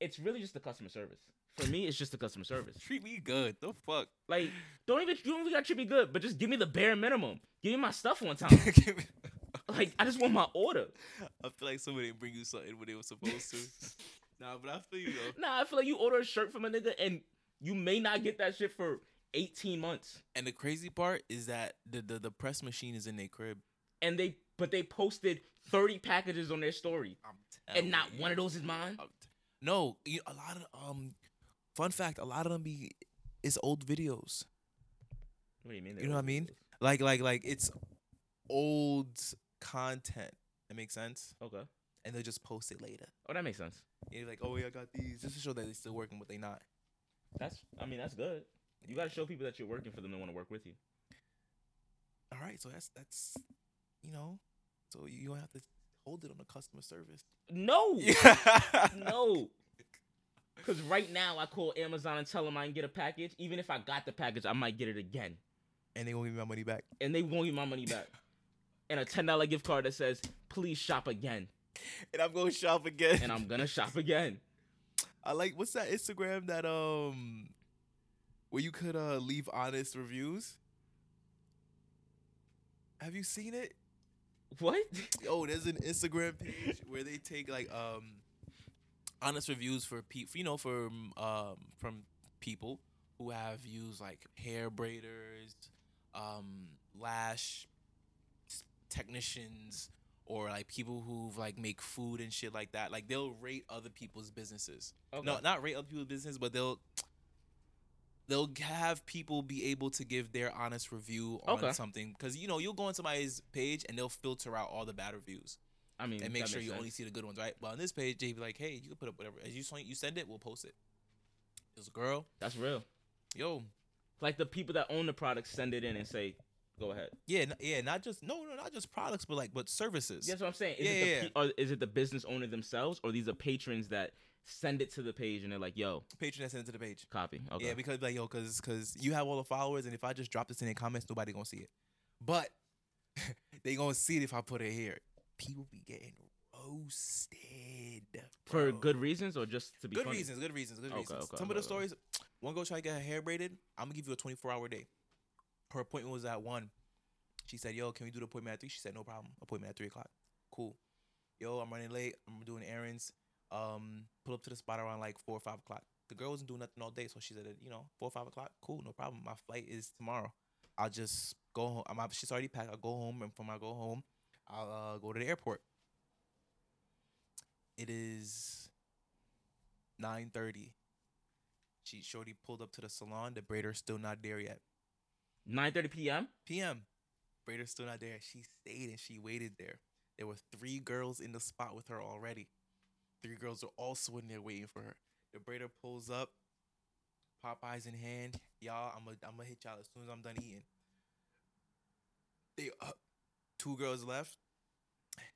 Speaker 1: it's really just the customer service. For me, it's just the customer service.
Speaker 2: Treat me good. The fuck.
Speaker 1: Like, don't even you don't even got to be good, but just give me the bare minimum. Give me my stuff one time. like, I just want my order.
Speaker 2: I feel like somebody didn't bring you something when they were supposed to. nah, but I feel you though.
Speaker 1: Nah, I feel like you order a shirt from a nigga and you may not get that shit for eighteen months,
Speaker 2: And the crazy part is that the the, the press machine is in their crib.
Speaker 1: and they but they posted thirty packages on their story,
Speaker 2: I'm
Speaker 1: and not one of those is mine.
Speaker 2: I'm t- no, you, a lot of um, Fun fact: a lot of them be it's old videos.
Speaker 1: What do you mean?
Speaker 2: You
Speaker 1: they're
Speaker 2: know what I
Speaker 1: old
Speaker 2: mean?
Speaker 1: videos?
Speaker 2: Like like like it's old content. That makes sense.
Speaker 1: Okay.
Speaker 2: And they'll just post it later.
Speaker 1: Oh, that makes sense.
Speaker 2: And you're like, oh yeah, I got these. Just to show that they still working, but they not.
Speaker 1: That's. I mean, that's good. You got to show people that you're working for them to want to work with you.
Speaker 2: All right, so that's that's you know, so you don't have to hold it on the customer service.
Speaker 1: No.
Speaker 2: Yeah.
Speaker 1: no. Because right now I call Amazon and tell them I can get a package. Even if I got the package, I might get it again.
Speaker 2: and they won't give me my money back.
Speaker 1: And they won't give my money back. and a $10 gift card that says, please shop again.
Speaker 2: And I'm going to shop again.
Speaker 1: And I'm going to shop again.
Speaker 2: I like what's that Instagram that um where you could uh leave honest reviews? Have you seen it?
Speaker 1: What?
Speaker 2: Oh, there's an Instagram page where they take like um honest reviews for pe you know for um from people who have used like hair braiders, um lash s- technicians or like people who've like make food and shit like that. Like they'll rate other people's businesses.
Speaker 1: Okay.
Speaker 2: No, not rate other people's business, but they'll they'll have people be able to give their honest review on
Speaker 1: Okay.
Speaker 2: something because you know you'll go on somebody's page and they'll filter out all the bad reviews
Speaker 1: I mean,
Speaker 2: and make
Speaker 1: Mm, that
Speaker 2: sure
Speaker 1: makes
Speaker 2: you
Speaker 1: sense.
Speaker 2: only see the good ones, right? But on this page, they be like, "Hey, you can put up whatever as you send you send it, we'll post it." It was a girl,
Speaker 1: That's real.
Speaker 2: yo,
Speaker 1: Like the people that own the product send it in and say, go ahead.
Speaker 2: yeah, n- yeah, not just no, no, not just products, but like but services.
Speaker 1: That's what I'm saying. Is,
Speaker 2: Yeah,
Speaker 1: it the
Speaker 2: yeah, yeah.
Speaker 1: pe- or is it the business owner themselves or these are patrons that send it to the page and they're like, yo,
Speaker 2: Patron that sent it to the page.
Speaker 1: copy. Okay.
Speaker 2: Yeah, because like yo, cause cause you have all the followers, and if I just drop this in the comments, nobody gonna see it. But they gonna see it if I put it here. People be getting roasted
Speaker 1: For
Speaker 2: bro.
Speaker 1: good reasons or just to be
Speaker 2: good
Speaker 1: funny?
Speaker 2: reasons, good reasons, good
Speaker 1: Okay,
Speaker 2: reasons.
Speaker 1: okay,
Speaker 2: Some
Speaker 1: okay,
Speaker 2: of the
Speaker 1: okay.
Speaker 2: stories. One girl tried to get her hair braided. I'm gonna give you a 24 hour day. Her appointment was at one. She said, "Yo, can we do the appointment at 3? She said, "No problem. Appointment at three o'clock. Cool. Yo, I'm running late. I'm doing errands. Um, pull up to the spot around like four or five o'clock. The girl wasn't doing nothing all day, so she said, you know, four or five o'clock. Cool, no problem. My flight is tomorrow. I'll just go home. I'm, she's already packed. I'll go home, and from I go home, I'll uh, go to the airport. It is nine thirty. She shorty pulled up to the salon. The braider's still not there yet.
Speaker 1: 9:30 p.m.
Speaker 2: PM. Braider's still not there. She stayed and she waited there. There were three girls in the spot with her already. Three girls are also in there waiting for her. The braider pulls up, Popeyes in hand. Y'all, I'm gonna I'm hit y'all as soon as I'm done eating. They uh, two girls left.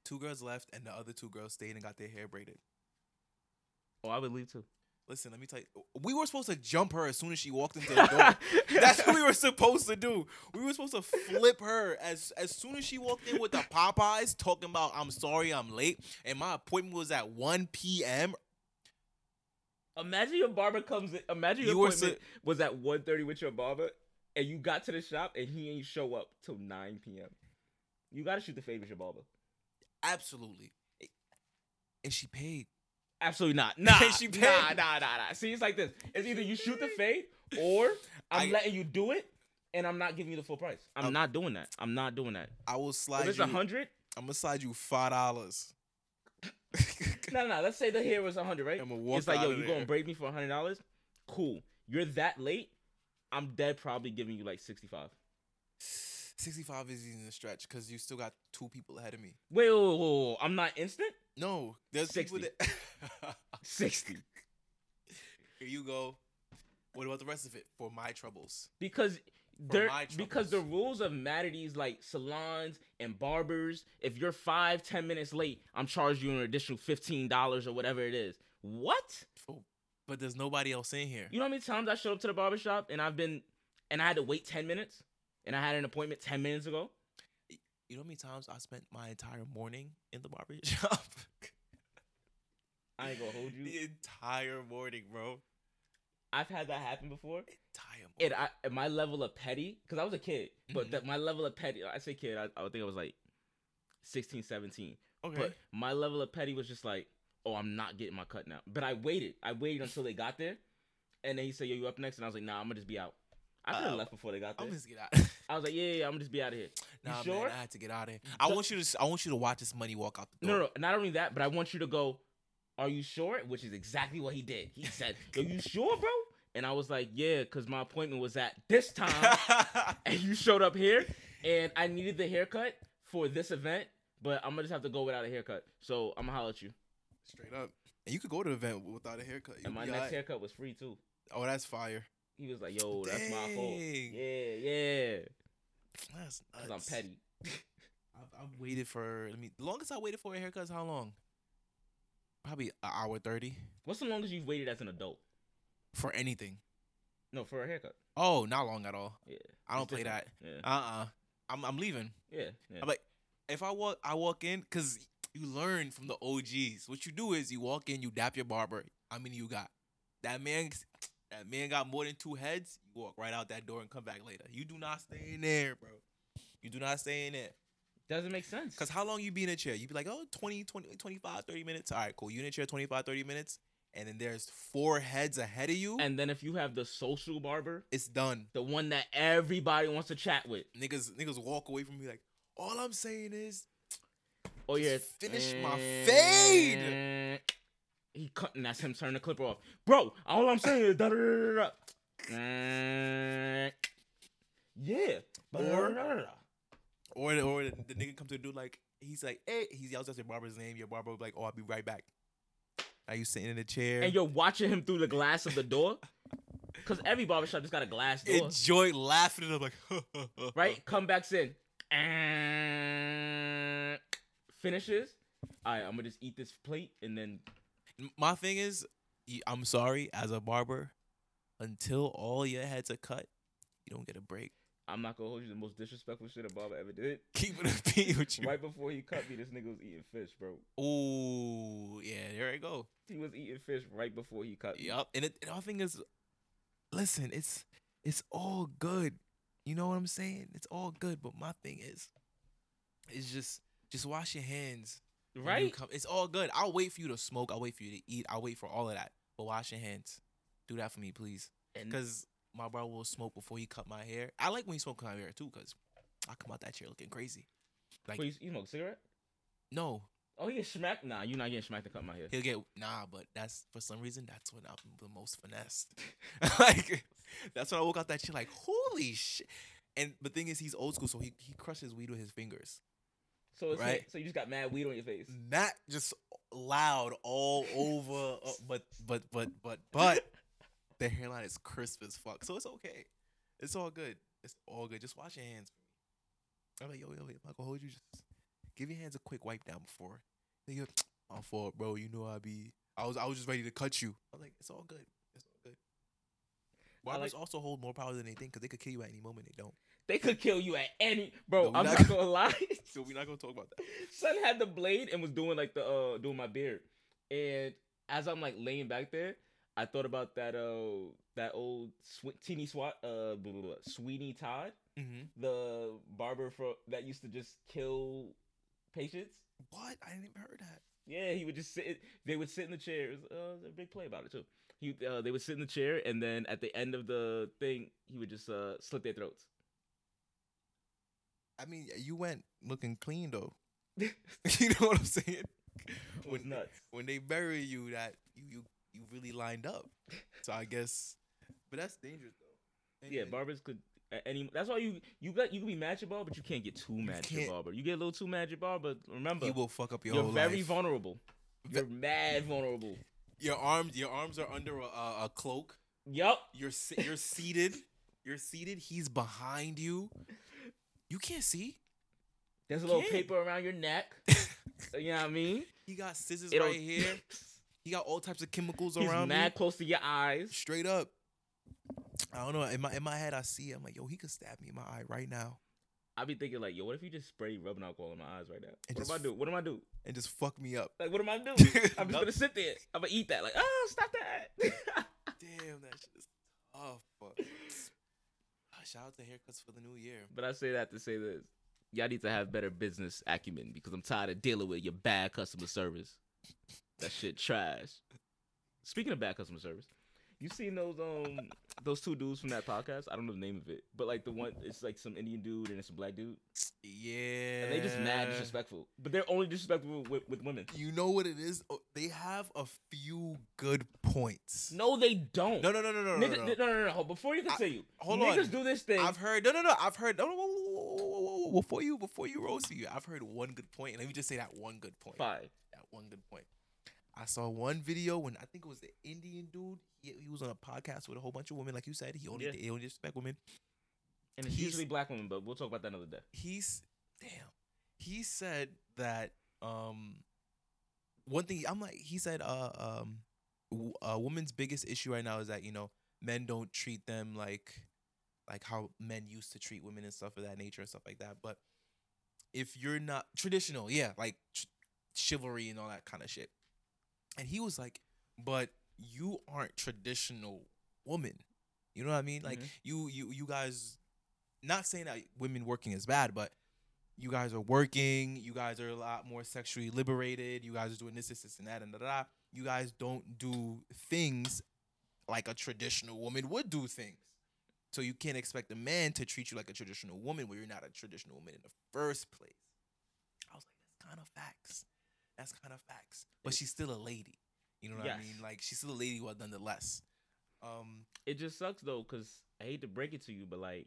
Speaker 2: Two girls left, and the other two girls stayed and got their hair braided.
Speaker 1: Oh, I would leave too.
Speaker 2: Listen, let me tell you, we were supposed to jump her as soon as she walked into the door. That's what we were supposed to do. We were supposed to flip her as as soon as she walked in with the Popeyes talking about I'm sorry I'm late and my appointment was at 1 p.m.
Speaker 1: Imagine your barber comes. In, imagine your
Speaker 2: You were
Speaker 1: appointment was at 1.30 with your barber, and you got to the shop and he ain't show up till nine p.m. You gotta shoot the fade with your barber.
Speaker 2: Absolutely. And she paid.
Speaker 1: Absolutely not. Nah,
Speaker 2: She paid.
Speaker 1: nah, nah, nah, nah. See, it's like this. It's either you shoot the fade or I'm
Speaker 2: I-
Speaker 1: letting you do it, and I'm not giving you the full price. I'm
Speaker 2: Um,
Speaker 1: not doing that. I'm not doing that.
Speaker 2: I will
Speaker 1: If
Speaker 2: slide
Speaker 1: it's
Speaker 2: you.
Speaker 1: a hundred,
Speaker 2: I'm gonna slide you five dollars.
Speaker 1: no, no, no. Let's say the hair was a hundred, right?
Speaker 2: I'm gonna walk
Speaker 1: it's like, yo,
Speaker 2: out of
Speaker 1: you gonna
Speaker 2: there.
Speaker 1: break me for a hundred dollars? Cool. You're that late. I'm dead. Probably giving you like sixty-five.
Speaker 2: 65 is even a stretch because you still got two people ahead of me.
Speaker 1: Wait, whoa, whoa, whoa, whoa. I'm not instant.
Speaker 2: No, there's people
Speaker 1: 60.
Speaker 2: that.
Speaker 1: Sixty.
Speaker 2: Here you go. What about the rest of it? For my troubles.
Speaker 1: Because they're
Speaker 2: my
Speaker 1: because the
Speaker 2: troubles.
Speaker 1: rules of mad at these like salons and barbers. If you're five, ten minutes late, I'm charging you an additional fifteen dollars or whatever it is. What?
Speaker 2: For, but there's nobody else in here.
Speaker 1: You know how many times I showed up to the barbershop and I've been and I had to wait ten minutes and I had an appointment ten minutes ago.
Speaker 2: You know how many times I spent my entire morning in the barber shop?
Speaker 1: I ain't gonna hold
Speaker 2: the
Speaker 1: you.
Speaker 2: entire morning, bro.
Speaker 1: I've had that happen before.
Speaker 2: Entire morning.
Speaker 1: and I and my level of petty because I was a kid, but
Speaker 2: Mhm.
Speaker 1: that my level of petty, I say kid, I, I would think I was like 16, 17.
Speaker 2: okay.
Speaker 1: But my level of petty was just like, oh, I'm not getting my cut now. But I waited. I waited until they got there, and then he said, yo, you up next? And I was like, nah, I'm gonna just be out. I could have
Speaker 2: Uh,
Speaker 1: left before they got there.
Speaker 2: I'm just get out.
Speaker 1: I was like, yeah, yeah, yeah, I'm gonna just be out of here. You
Speaker 2: nah,
Speaker 1: sure?
Speaker 2: man, I had to get out of here. I
Speaker 1: The-
Speaker 2: want you to. s- I want you to watch this money walk out the
Speaker 1: No,
Speaker 2: door.
Speaker 1: no, no, not only that, but I want you to go. Are you sure? Which is exactly what he did. He said, "Are you sure, bro? And I was like, yeah, because my appointment was at this time. and you showed up here and I needed the haircut for this event, but I'm gonna just have to go without a haircut. So I'm gonna holler at you.
Speaker 5: Straight up. And you could go to the event without a haircut. You
Speaker 1: And my
Speaker 5: be
Speaker 1: next
Speaker 5: alright.
Speaker 1: haircut was free too.
Speaker 5: Oh, that's fire.
Speaker 1: He was like, yo, Oh, that's my fault.
Speaker 2: Dang.
Speaker 1: Yeah, yeah.
Speaker 2: That's
Speaker 1: Because I'm
Speaker 2: nuts.
Speaker 1: petty.
Speaker 2: I've, I've waited for. I mean, the longest I waited for a haircut is how long? Probably an hour thirty
Speaker 1: What's the longest you've waited as an adult?
Speaker 2: for anything.
Speaker 1: No, for a haircut.
Speaker 2: Oh, not long at all.
Speaker 1: Yeah.
Speaker 2: I don't
Speaker 1: It's
Speaker 2: play
Speaker 1: different.
Speaker 2: that. Uh uh-uh. uh. i I'm leaving.
Speaker 1: Yeah. Yeah. yeah.
Speaker 2: I'm like, if I walk, I walk in because you learn from the OGs. What you do is you walk in, you dap your barber. How many you got? That man, that man got more than two heads. You walk right out that door and come back later. You do not stay in there, bro. You do not stay in there.
Speaker 1: Doesn't make sense.
Speaker 2: Because how long you be in a chair? You be like, oh, 20, 20, 25, 30 minutes. All right, cool. You in a chair 25, 30 minutes. And then there's four heads ahead of you. And
Speaker 1: And then if you have the social barber,
Speaker 2: it's done.
Speaker 1: the one that everybody wants to chat with.
Speaker 2: Niggas, niggas walk away from me like, all I'm saying is,
Speaker 1: Oh yeah,
Speaker 2: Just finish my fade.
Speaker 1: He cutting. That's him turning the clipper off, bro. All I'm saying is da da da da. da. Yeah,
Speaker 2: Or-
Speaker 1: Da-da-da-da-da.
Speaker 2: or the, or the, the nigga come to the dude like, he's like, hey, he yells out your barber's name. Your barber will be like, oh, I'll be right back. Are you sitting in a chair?
Speaker 1: and you're watching him through the glass of the door, cause every barbershop just got a glass door,
Speaker 2: Enjoy laughing at him like,
Speaker 1: right? Comebacks in, and finishes. All right, I'm gonna just eat this plate and then
Speaker 2: M- my thing is, y- I'm sorry as a barber, until all your heads are cut, you don't get a break.
Speaker 1: I'm not gonna hold you the most disrespectful shit a barber ever did.
Speaker 2: Keep it a beat with you.
Speaker 1: Right before he cut me, this nigga was eating fish, bro.
Speaker 2: Ooh, yeah, there I go.
Speaker 1: He was eating fish right before he cut. me.
Speaker 2: Yup, and it, and our thing is, listen, it's it's all good. You know what I'm saying? It's all good, but my thing is, it's just just wash your hands. when you
Speaker 1: Right?
Speaker 2: come- it's all good. I'll wait for you to smoke. I'll wait for you to eat. I'll wait for all of that. But wash your hands. Do that for me, please.
Speaker 1: And
Speaker 2: Cause my brother will smoke before he cut my hair. I like when he smoke my hair too, cause I come out that chair looking crazy. like-
Speaker 1: please, you smoke a cigarette?
Speaker 2: No,
Speaker 1: Oh, he get smacked. Nah, you're not getting smacked to cut my hair.
Speaker 2: he'll get nah, but that's for some reason that's when I'm the most finessed. like that's when I woke out that shit like holy shit. And the thing is, he's old school, so he he crushes weed with his fingers.
Speaker 1: So it's
Speaker 2: Right.
Speaker 1: so you just got mad weed on your face.
Speaker 2: Not just loud all over, uh, but but but but but the hairline is crisp as fuck, so it's okay. It's all good. It's all good. Just wash your hands. I'm like, yo, yo, if I can hold you, just give your hands a quick wipe down before. Then you're, my fault, bro. You know I be. I was, I was just ready to cut you. I'm like, it's all good. It's all good. Barbers
Speaker 1: like-
Speaker 2: also hold more power than they think because they could kill you at any moment. They don't.
Speaker 1: They could kill you at any bro.
Speaker 2: No, we
Speaker 1: I'm
Speaker 2: not
Speaker 1: not gonna lie.
Speaker 2: So we're not gonna talk about that.
Speaker 1: Son had the blade and was doing like the uh doing my beard, and as I'm like laying back there, I thought about that uh that old sw- teeny swat uh blah, blah, blah, Sweeney Todd,
Speaker 2: Mm-hmm.
Speaker 1: the barber for that used to just kill patients.
Speaker 2: What? I didn't even heard that.
Speaker 1: Yeah, he would just sit. They would sit in the chair. It was, uh, there's a big play about it too. He, uh, they would sit in the chair, and then at the end of the thing, he would just uh, slit their throats.
Speaker 2: I mean, you went looking clean though. you know what I'm saying?
Speaker 1: It was nuts.
Speaker 2: when they bury you that you you, you really lined up. So I guess but that's dangerous though.
Speaker 1: Yeah,
Speaker 2: Dangerous.
Speaker 1: barbers could at any. That's why you you got you can be mad at your barber, but you can't get too mad at your
Speaker 2: can't.
Speaker 1: barber. You get a little too mad at your barber. Remember,
Speaker 2: you will fuck up your
Speaker 1: you're
Speaker 2: whole
Speaker 1: very
Speaker 2: life.
Speaker 1: vulnerable. You're mad vulnerable.
Speaker 2: your arms your arms are under a, a, a cloak.
Speaker 1: Yup.
Speaker 2: You're se- you're seated. You're seated. He's behind you. You can't see.
Speaker 1: There's a little
Speaker 2: Can't.
Speaker 1: paper around your neck. you know what I mean?
Speaker 2: He got scissors
Speaker 1: It'll-
Speaker 2: right here. He got all types of chemicals
Speaker 1: He's
Speaker 2: around
Speaker 1: mad
Speaker 2: me.
Speaker 1: close to your eyes.
Speaker 2: Straight up. I don't know. In my in my head, I see. it. I'm like, yo, he could stab me in my eye right now
Speaker 1: I be thinking like, yo, what if you just spray rubbing alcohol in my eyes right now? What
Speaker 2: And just
Speaker 1: am I do? What am I do?
Speaker 2: and just fuck me up.
Speaker 1: Like, what am I doing? I'm just
Speaker 2: Nope.
Speaker 1: gonna sit there. I'm gonna eat that. Like, oh, stop that.
Speaker 2: Damn, that shit is tough. But Ah, shout out to haircuts for the new year.
Speaker 1: but I say that to say this: y'all need to have better business acumen because I'm tired of dealing with your bad customer service. That shit trash. Speaking of bad customer service, You seen those um those two dudes from that podcast? I don't know the name of it, but like the one it's like some Indian dude and it's a black dude,
Speaker 2: Yeah.
Speaker 1: and they just mad disrespectful. But they're only disrespectful with, with women.
Speaker 2: You know what it is? Oh, They have a few good points.
Speaker 1: No, they don't.
Speaker 2: No, no, no, no, no, no,
Speaker 1: Nigga-
Speaker 2: no.
Speaker 1: no, no, no, no. Before you continue,
Speaker 6: hold
Speaker 1: niggas
Speaker 6: on.
Speaker 1: do this thing.
Speaker 6: I've heard.
Speaker 2: No, no, no. I've heard. No, no, whoa, whoa, whoa, whoa, whoa, whoa, Before you, before you roast you, I've heard one good point, and let me just say that one good point.
Speaker 1: Fine.
Speaker 2: That one good point. I saw one video when I think it was the Indian dude. He, he was on a podcast with a whole bunch of women, like you said. He only
Speaker 1: Yeah.
Speaker 2: he only disrespect women.
Speaker 1: And it's
Speaker 2: He's-
Speaker 1: usually black women, but we'll talk about that another day.
Speaker 2: He's damn. He said that um one thing I'm like he said uh um w- a woman's biggest issue right now is that you know men don't treat them like like how men used to treat women and stuff of that nature and stuff like that. But if you're not traditional, yeah, like ch- chivalry and all that kind of shit. And he was like, "But you aren't traditional woman. You know what I mean? Like
Speaker 1: Mhm.
Speaker 2: you you you guys not saying that women working is bad, but you guys are working, you guys are a lot more sexually liberated, you guys are doing this, this, this, and that, and da da. da. You guys don't do things like a traditional woman would do things. So you can't expect a man to treat you like a traditional woman when you're not a traditional woman in the first place. I was like, that's kind of facts. That's kind of facts. But she's still a lady. You know what I
Speaker 1: Yes.
Speaker 2: mean? Like she's still a lady, well nonetheless. Um,
Speaker 1: It just sucks though, cause I hate to break it to you, but like,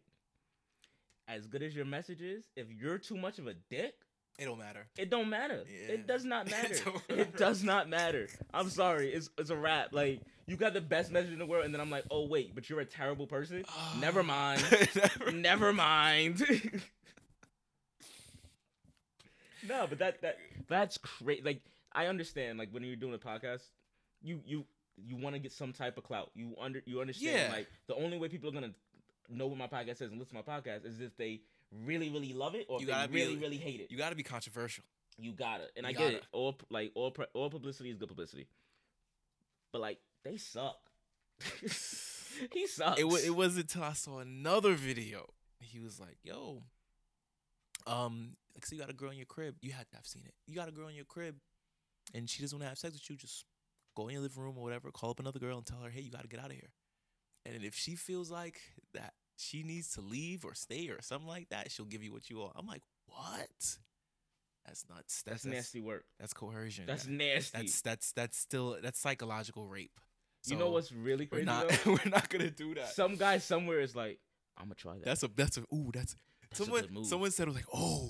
Speaker 1: as good as your message is, if you're too much of a dick,
Speaker 2: it don't matter.
Speaker 1: It don't matter.
Speaker 2: Yeah.
Speaker 1: It does not
Speaker 2: It
Speaker 1: matter.
Speaker 2: don't
Speaker 1: it
Speaker 2: matter.
Speaker 1: does not matter. I'm sorry. It's it's a wrap. Like you got the best message in the world, and then I'm like, oh wait, but you're a terrible person.
Speaker 2: Uh,
Speaker 1: Never mind.
Speaker 2: Never-
Speaker 1: Never mind. no, but that that that's crazy. Like I understand. Like when you're doing a podcast, you you you want to get some type of clout. You under you understand.
Speaker 2: Yeah.
Speaker 1: Like the only way people are gonna know what my podcast is and listen to my podcast is if they really really love it or
Speaker 2: You
Speaker 1: if
Speaker 2: gotta
Speaker 1: they
Speaker 2: be-
Speaker 1: really really hate it
Speaker 2: You gotta be controversial.
Speaker 1: you gotta and i
Speaker 2: You
Speaker 1: get it
Speaker 2: gotta.
Speaker 1: all pu- like all pre- all publicity is good publicity but like they suck he sucks
Speaker 2: It was it wasn't until I saw another video. He was like, "Yo, um, like, so you got a girl in your crib. You had to have seen it. You got a girl in your crib, and she doesn't want to have sex with you. Just go in your living room or whatever. Call up another girl and tell her, hey, you got to get out of here. And then if she feels like that she needs to leave or stay or something like that, she'll give you what you want. I'm like, what? That's not that's,
Speaker 1: that's,
Speaker 2: that's
Speaker 1: nasty work
Speaker 2: That's coercion.
Speaker 1: that's
Speaker 2: That-
Speaker 1: nasty
Speaker 2: that's that's that's still that's psychological rape.
Speaker 1: you know
Speaker 2: So-
Speaker 1: what's really
Speaker 2: we're
Speaker 1: crazy
Speaker 2: not
Speaker 1: though?
Speaker 2: we're not gonna do that.
Speaker 1: some guy somewhere is like i'm gonna try that
Speaker 2: that's a that's a ooh that's,
Speaker 1: That's a good
Speaker 2: someone
Speaker 1: move.
Speaker 2: someone said it was like oh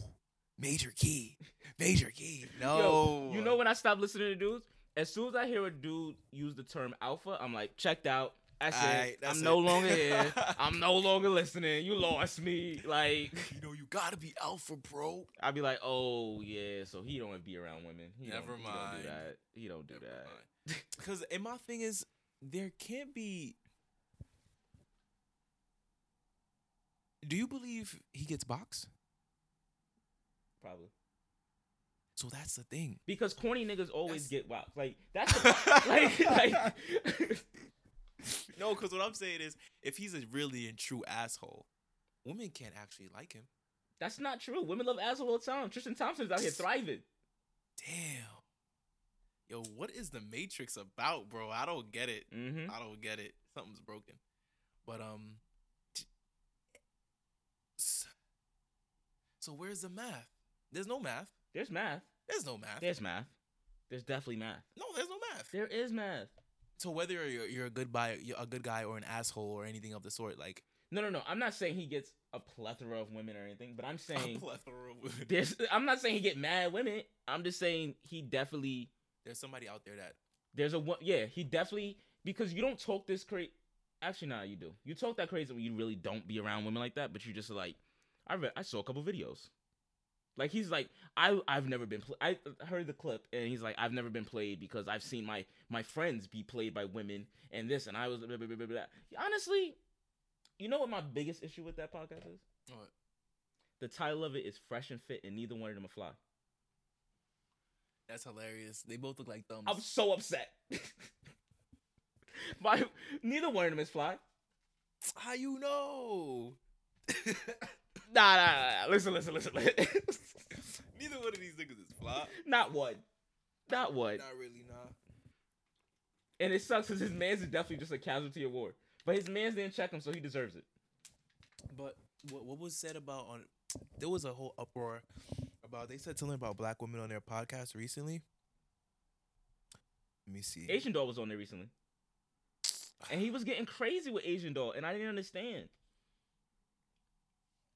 Speaker 2: major key major key no
Speaker 1: Yo, you know when i stop listening to dudes as soon as i hear a dude use the term alpha i'm like checked out that's
Speaker 2: Aight,
Speaker 1: it
Speaker 2: that's
Speaker 1: i'm
Speaker 2: it.
Speaker 1: no longer here i'm no longer listening you lost me like
Speaker 2: you know you gotta be alpha bro.
Speaker 1: I'd be like, oh yeah, so he don't be around women. He
Speaker 2: Never
Speaker 1: don't, He
Speaker 2: mind.
Speaker 1: don't do that. He don't do that.
Speaker 2: Because and my thing is there can't be. Do you believe he gets boxed?
Speaker 1: Probably
Speaker 2: So that's the thing.
Speaker 1: because corny niggas always
Speaker 2: That's-
Speaker 1: get whacked. Like that's the, like like.
Speaker 2: No, because what I'm saying is, if he's a really and true asshole, women can't actually like him.
Speaker 1: That's not true. Women love assholes all the time. Tristan Thompson's out here thriving.
Speaker 2: Damn. Yo, what is the Matrix about, bro? I don't get it.
Speaker 1: Mm-hmm.
Speaker 2: I don't get it. Something's broken. But um, t- s- so where's the math? There's no math.
Speaker 1: There's math.
Speaker 2: There's no math.
Speaker 1: There's math. There's definitely math.
Speaker 2: no, there's no math.
Speaker 1: There is math.
Speaker 2: So whether you're, you're a good guy, you're a good guy or an asshole or anything of the sort, like
Speaker 1: No, no, no. I'm not saying he gets a plethora of women or anything, but I'm
Speaker 2: a
Speaker 1: saying
Speaker 2: plethora of women.
Speaker 1: there's. I'm not saying he get mad women. I'm just saying he definitely
Speaker 2: there's somebody out there that
Speaker 1: There's a one. Yeah, he definitely because you don't talk this crazy. Actually, nah, you do. You talk that crazy when you really don't be around women like that. But you just like, I read, I saw a couple videos. Like he's like, I I've never been. Pl- I heard the clip and he's like, I've never been played because I've seen my my friends be played by women and this and I was blah, blah, blah, blah, blah. honestly, you know what my biggest issue with that podcast is?
Speaker 2: What?
Speaker 1: The title of it is fresh and fit, and neither one of them are fly.
Speaker 2: that's hilarious. They both look like thumbs.
Speaker 1: I'm so upset. my neither one of them is fly.
Speaker 2: How you know?
Speaker 1: Nah, nah, nah, nah. Listen, listen, listen. listen.
Speaker 2: Neither one of these niggas is fly.
Speaker 1: Not one. Not one.
Speaker 2: Not really, nah.
Speaker 1: And it sucks because his man's is definitely just a casualty of war. But his man's didn't check him, so he deserves it.
Speaker 5: But
Speaker 2: what, what was said about on there was a whole uproar about they said something about black women on their podcast recently. Let me see.
Speaker 1: Asian Doll was on there recently. And he was getting crazy with Asian Doll, and I didn't understand.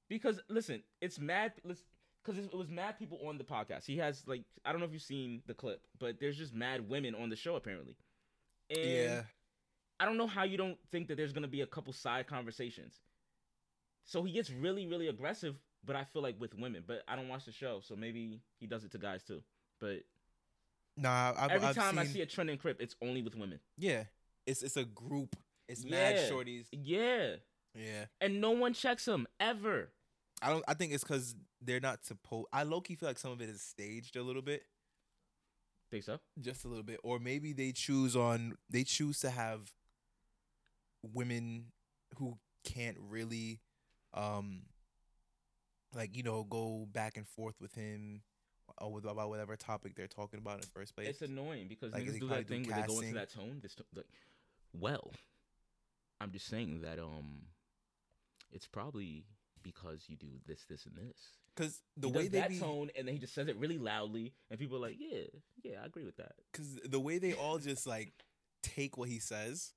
Speaker 1: Because listen, it's mad. Because it was mad people on the podcast. He has like I don't know if you've seen the clip, but there's just mad women on the show apparently. And
Speaker 2: yeah.
Speaker 1: I don't know how you don't think that there's gonna be a couple side conversations. So he gets really, really aggressive, but I feel like with women. But I don't watch the show, so maybe he does it to guys too. But
Speaker 2: Nah, I've,
Speaker 1: every
Speaker 2: I've
Speaker 1: time
Speaker 2: seen,
Speaker 1: I see a trend in Crip, it's only with women.
Speaker 2: Yeah.
Speaker 5: it's it's a group. It's mad
Speaker 1: Yeah.
Speaker 5: shorties.
Speaker 1: Yeah,
Speaker 2: Yeah.
Speaker 1: and no one checks him ever.
Speaker 2: I don't I think it's cause they're not supposed I low key feel like some of it is staged a little bit.
Speaker 1: Think so?
Speaker 2: Just a little bit. Or maybe they choose on they choose to have women who can't really um like, you know, go back and forth with him or with about whatever topic they're talking about in the first place.
Speaker 1: It's annoying because
Speaker 2: Like,
Speaker 1: niggas
Speaker 2: they
Speaker 1: do
Speaker 2: probably
Speaker 1: that
Speaker 2: do
Speaker 1: thing where they go
Speaker 2: casting.
Speaker 1: into that tone. This t- like, well, I'm just saying that um, it's probably because you do this, this, and this.
Speaker 2: Cause the
Speaker 1: He
Speaker 2: way
Speaker 1: does
Speaker 2: they
Speaker 1: that
Speaker 2: be,
Speaker 1: tone, and then he just says it really loudly, and people are like, "Yeah, yeah, I agree with that."
Speaker 2: cause the way they all just like take what he says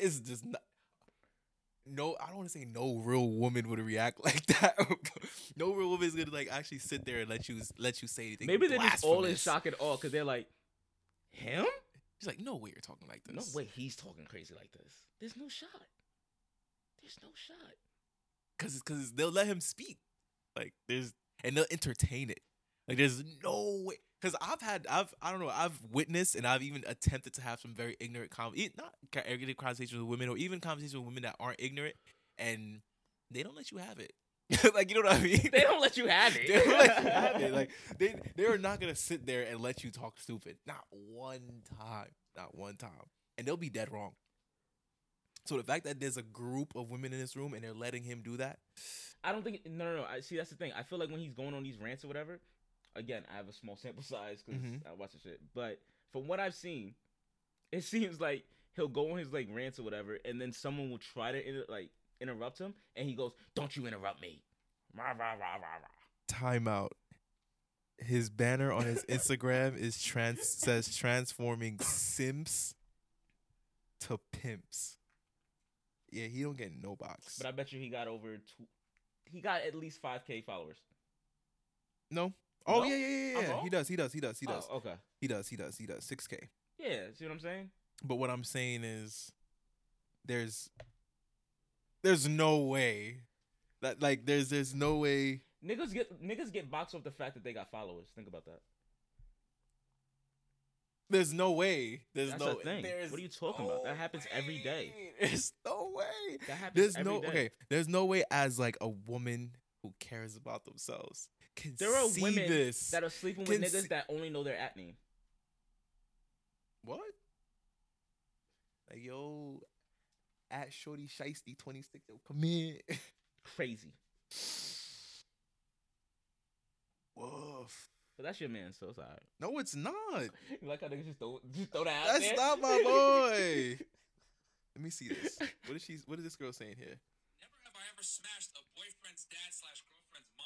Speaker 2: is just not. No, I don't want to say no real woman would react like that. no real woman is gonna like actually sit there and let you let you say anything.
Speaker 1: Maybe they're just all in
Speaker 2: blasphemous.
Speaker 1: shock at all because they're like, "Him?
Speaker 2: He's like, no way you're talking like
Speaker 1: No
Speaker 2: this.
Speaker 1: way, he's talking crazy like this. There's no shot. There's no shot."
Speaker 2: because because they'll let him speak. Like there's and they'll entertain it. Like there's no way. Because I've had I've I don't know I've witnessed and I've even attempted to have some very ignorant com e- not ca- ignorant conversations with women or even conversations with women that aren't ignorant and they don't let you have it. like you know what I mean?
Speaker 1: They don't let you have it.
Speaker 2: They don't let you have it. Like they they are not gonna sit there and let you talk stupid. Not one time. Not one time. And they'll be dead wrong. So the fact that there's a group of women in this room and they're letting him do that,
Speaker 1: I don't think no no no. I see that's the thing. I feel like when he's going on these rants or whatever, again I have a small sample size because
Speaker 2: Mhm.
Speaker 1: I watch the shit. But from what I've seen, it seems like he'll go on his like rants or whatever, and then someone will try to inter- like interrupt him, and he goes, "Don't you interrupt me." Rah, rah, rah, rah, rah.
Speaker 2: timeout. His banner on his Instagram is trans says transforming simps to pimps. Yeah, he don't get no box.
Speaker 1: But I bet you he got over two. He got at least five k followers.
Speaker 2: no. Oh
Speaker 1: No?
Speaker 2: yeah, yeah, yeah, yeah.
Speaker 1: I'm
Speaker 2: yeah.
Speaker 1: wrong?
Speaker 2: He does. He does. He does. He
Speaker 1: Oh,
Speaker 2: does.
Speaker 1: okay.
Speaker 2: He does. He does. He does. Six k.
Speaker 1: Yeah. See what I'm saying?
Speaker 2: But what I'm saying is, there's, there's no way that like there's there's no way
Speaker 1: Niggas get niggas get boxed off the fact that they got followers. Think about that.
Speaker 2: There's no way. There's
Speaker 1: That's
Speaker 2: no
Speaker 1: a thing.
Speaker 2: There's
Speaker 1: What are you talking about? That happens every day.
Speaker 2: way. There's no way.
Speaker 1: That happens.
Speaker 2: There's
Speaker 1: every
Speaker 2: no
Speaker 1: day.
Speaker 2: okay. There's no way as like a woman who cares about themselves can
Speaker 1: There are
Speaker 2: see
Speaker 1: women
Speaker 2: this.
Speaker 1: that are sleeping with
Speaker 2: Can
Speaker 1: niggas
Speaker 2: see-
Speaker 1: that only know their at name.
Speaker 2: what? Like yo, at Shorty Shiesty twenty six. Yo, come in.
Speaker 1: Crazy.
Speaker 2: Woof.
Speaker 1: But that's your man, so it's alright.
Speaker 2: No, it's not.
Speaker 1: You like how niggas just throw, just throw that out
Speaker 2: That's
Speaker 1: there?
Speaker 2: not my boy. Let me see this. What is she? What is this girl saying here?
Speaker 7: Never have I ever smashed a boyfriend's dad slash girlfriend's mom.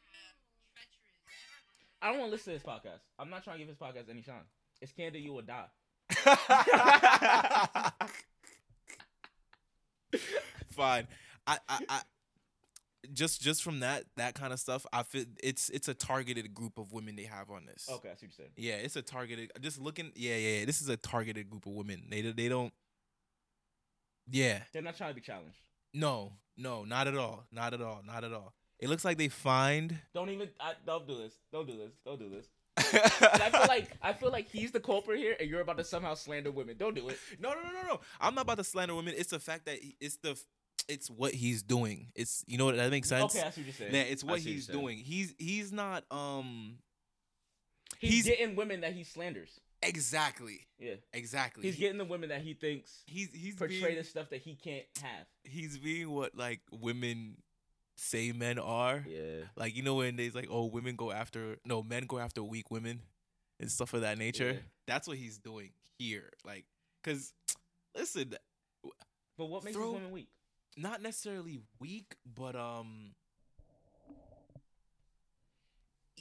Speaker 1: I don't want to listen to this podcast. I'm not trying to give this podcast any shine. It's Candy, you will die.
Speaker 2: Fine. I, I, I just just from that that kind of stuff, I feel it's it's a targeted group of women they have on this.
Speaker 1: Okay, I see what you're saying.
Speaker 2: Yeah, it's a targeted. Just looking. Yeah, yeah. yeah, This is a targeted group of women. They don't- they don't. Yeah.
Speaker 1: They're not trying to be challenged.
Speaker 2: No. No. Not at all. Not at all. Not at all. It looks like they find.
Speaker 1: Don't even. I, don't do this. Don't do this. Don't do this. And I feel like I feel like he's the culprit here, and you're about to somehow slander women. Don't do it.
Speaker 2: No, no, no, no, no. I'm not about to slander women. It's the fact that he- it's the it's what he's doing. It's you know what that makes sense.
Speaker 1: Okay, I see what you're saying.
Speaker 2: Yeah, it's
Speaker 1: I
Speaker 2: what
Speaker 1: see
Speaker 2: he's
Speaker 1: you're saying.
Speaker 2: doing. He's he's not um
Speaker 1: He's,
Speaker 2: He's-
Speaker 1: getting women that he slanders.
Speaker 2: exactly
Speaker 1: Yeah,
Speaker 2: exactly.
Speaker 1: he's
Speaker 2: He-
Speaker 1: getting the women that he thinks
Speaker 2: he's he's
Speaker 1: portray
Speaker 2: being,
Speaker 1: the stuff that he can't have.
Speaker 2: he's being what like women say men are.
Speaker 1: Yeah.
Speaker 2: Like you know when they's like oh women go after no men go after weak women. and stuff of that nature.
Speaker 1: Yeah.
Speaker 2: That's what he's doing here. Like, cause listen,
Speaker 1: But what makes
Speaker 2: Throw-
Speaker 1: these women weak?
Speaker 2: not necessarily weak, but um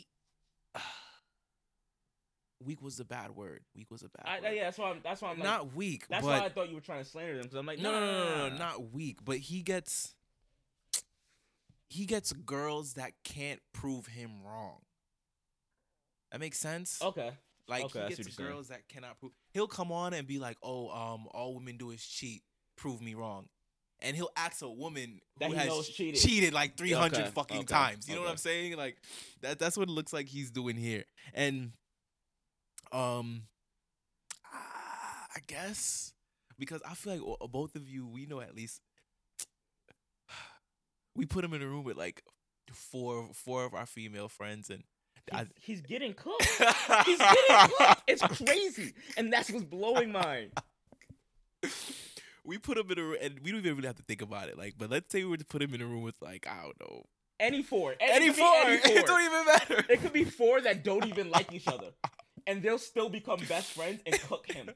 Speaker 2: weak was the bad word. Weak was a bad
Speaker 1: I,
Speaker 2: word.
Speaker 1: I- yeah, that's why. I'm, that's why I'm like,
Speaker 2: not weak,
Speaker 1: That's
Speaker 2: but
Speaker 1: why I thought you were trying to slander them because I'm like,
Speaker 2: no, no, no, no, no,
Speaker 1: nah.
Speaker 2: no, not weak, but he gets he gets girls that can't prove him wrong. That makes sense.
Speaker 1: Okay.
Speaker 2: Like
Speaker 1: Oh, Okay, I see
Speaker 2: he gets
Speaker 1: what you're saying.
Speaker 2: girls that cannot prove. He'll come on and be like, "Oh, um, all women do is cheat. Prove me wrong," and he'll ask a woman
Speaker 1: That
Speaker 2: who
Speaker 1: he
Speaker 2: has
Speaker 1: knows cheated.
Speaker 2: cheated like three hundred
Speaker 1: okay,
Speaker 2: fucking
Speaker 1: okay,
Speaker 2: times. You know what
Speaker 1: okay.
Speaker 2: I'm saying? Like that. That's what it looks like he's doing here. And um, ah, I guess because I feel like o- both of you, we know at least. We put him in a room with like four four of our female friends, and
Speaker 1: He's,
Speaker 2: I-
Speaker 1: he's getting cooked. He's getting cooked. It's crazy, and that's what's blowing mine.
Speaker 2: we put him in a room, and we don't even really have to think about it. Like, but let's say we were to put him in a room with like I don't know
Speaker 1: Any four, It
Speaker 2: any
Speaker 1: could be
Speaker 2: four.
Speaker 1: any
Speaker 2: It don't even matter.
Speaker 1: It could be four that don't even like each other, and they'll still become best friends and cook him.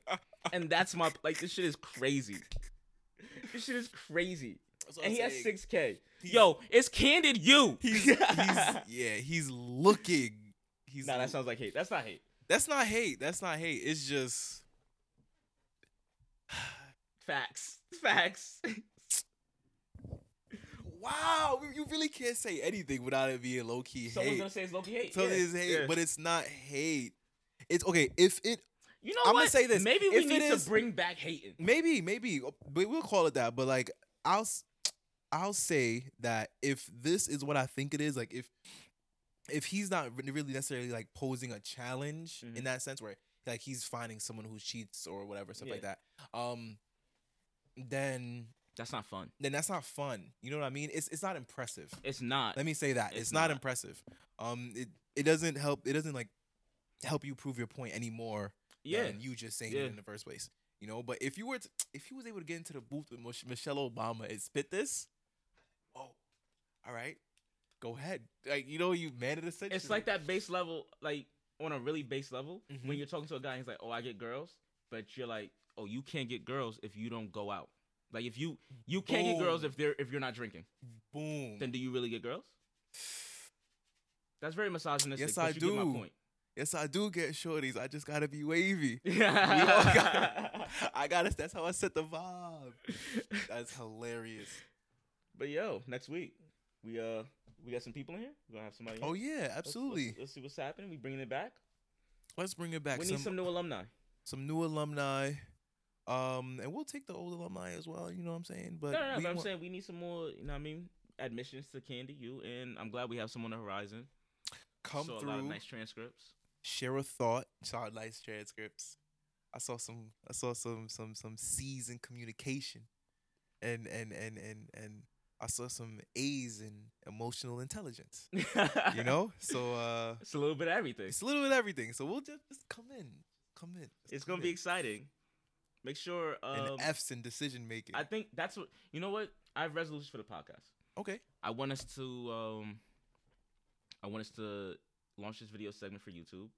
Speaker 1: And that's my like. This shit is crazy. This shit is crazy.
Speaker 2: That's what
Speaker 1: And
Speaker 2: I'm
Speaker 1: he has
Speaker 2: saying.
Speaker 1: six k.
Speaker 2: He's-
Speaker 1: Yo, it's candid. You.
Speaker 2: he's, he's yeah, he's looking. He's
Speaker 1: nah, that sounds like hate. That's not hate.
Speaker 2: that's not hate. That's not hate. It's just
Speaker 1: Facts. Facts.
Speaker 2: wow. we- You really can't say anything without it being low key
Speaker 1: Someone's
Speaker 2: hate.
Speaker 1: gonna say it's low hate.
Speaker 2: Totally
Speaker 1: Yeah,
Speaker 2: is hate,
Speaker 1: yeah.
Speaker 2: but it's not hate. It's okay if it
Speaker 1: You know
Speaker 2: I'ma
Speaker 1: what?
Speaker 2: say this,
Speaker 1: Maybe we
Speaker 2: if it
Speaker 1: need
Speaker 2: is-
Speaker 1: to bring back hating.
Speaker 2: maybe maybe but we'll call it that but like i'll s- i'll say that if this is what i think it is like if if he's not re- really necessarily like posing a challenge in
Speaker 1: Mhm.
Speaker 2: that sense where like he's finding someone who cheats or whatever stuff like
Speaker 1: Yeah.
Speaker 2: that um then
Speaker 1: That's not fun.
Speaker 2: then that's not fun you know what i mean it's it's not impressive
Speaker 1: It's not.
Speaker 2: let me say that
Speaker 1: It's
Speaker 2: it's, not,
Speaker 1: not.
Speaker 2: impressive um it it doesn't help it doesn't like help you prove your point anymore
Speaker 1: yeah.
Speaker 2: than you just saying
Speaker 1: Yeah.
Speaker 2: it in the first place. You know, but if you were to, if you was able to get into the booth with Mich- Michelle Obama and spit this, oh, all right, go ahead. Like you know, you man of the century.
Speaker 1: It's like that base level, like on a really base level,
Speaker 2: Mhm.
Speaker 1: when you're talking to a guy and he's like, "Oh, I get girls," but you're like, "Oh, you can't get girls if you don't go out." Like if you you can't get girls
Speaker 2: Boom.
Speaker 1: if they're if you're not drinking,
Speaker 2: boom.
Speaker 1: then do you really get girls? That's very misogynistic.
Speaker 2: Yes,
Speaker 1: but
Speaker 2: I
Speaker 1: you Get
Speaker 2: do.
Speaker 1: my point.
Speaker 2: yes, I do get shorties. I just gotta be wavy. all got- I gotta. That's how I set the vibe. That's hilarious.
Speaker 1: but yo, next week we uh we got some people in here. We're gonna have somebody. in.
Speaker 2: Oh yeah,
Speaker 1: Let's- let's-
Speaker 2: absolutely.
Speaker 1: Let's,
Speaker 2: Let's,
Speaker 1: see what's happening. We bringing it back.
Speaker 2: bring it back.
Speaker 1: we
Speaker 2: some,
Speaker 1: need some
Speaker 2: some
Speaker 1: new alumni.
Speaker 2: new alumni. Um, and we'll take the old alumni as well. You know what I'm saying? But
Speaker 1: no, no, no,
Speaker 2: we
Speaker 1: but I'm
Speaker 2: want-
Speaker 1: saying we need some more. You know what I mean? Admissions to Candy U, and I'm glad we have some on the horizon.
Speaker 2: come
Speaker 1: Saw a lot of
Speaker 2: through.
Speaker 1: nice transcripts.
Speaker 2: share a thought. Saw nice transcripts. I saw some. I saw some some some C's in communication, and and and and and I saw some A's in emotional intelligence. You know, so uh,
Speaker 1: it's a little bit of everything.
Speaker 2: it's
Speaker 1: It's,
Speaker 2: a little bit of everything. So we'll just, just come in, come in. just come
Speaker 1: gonna be
Speaker 2: in.
Speaker 1: exciting. Make sure. Um,
Speaker 2: and F's in decision making.
Speaker 1: I think that's what you know. What I have resolutions for the podcast.
Speaker 2: Okay,
Speaker 1: I want us to. Um, I want us to launch this video segment for YouTube.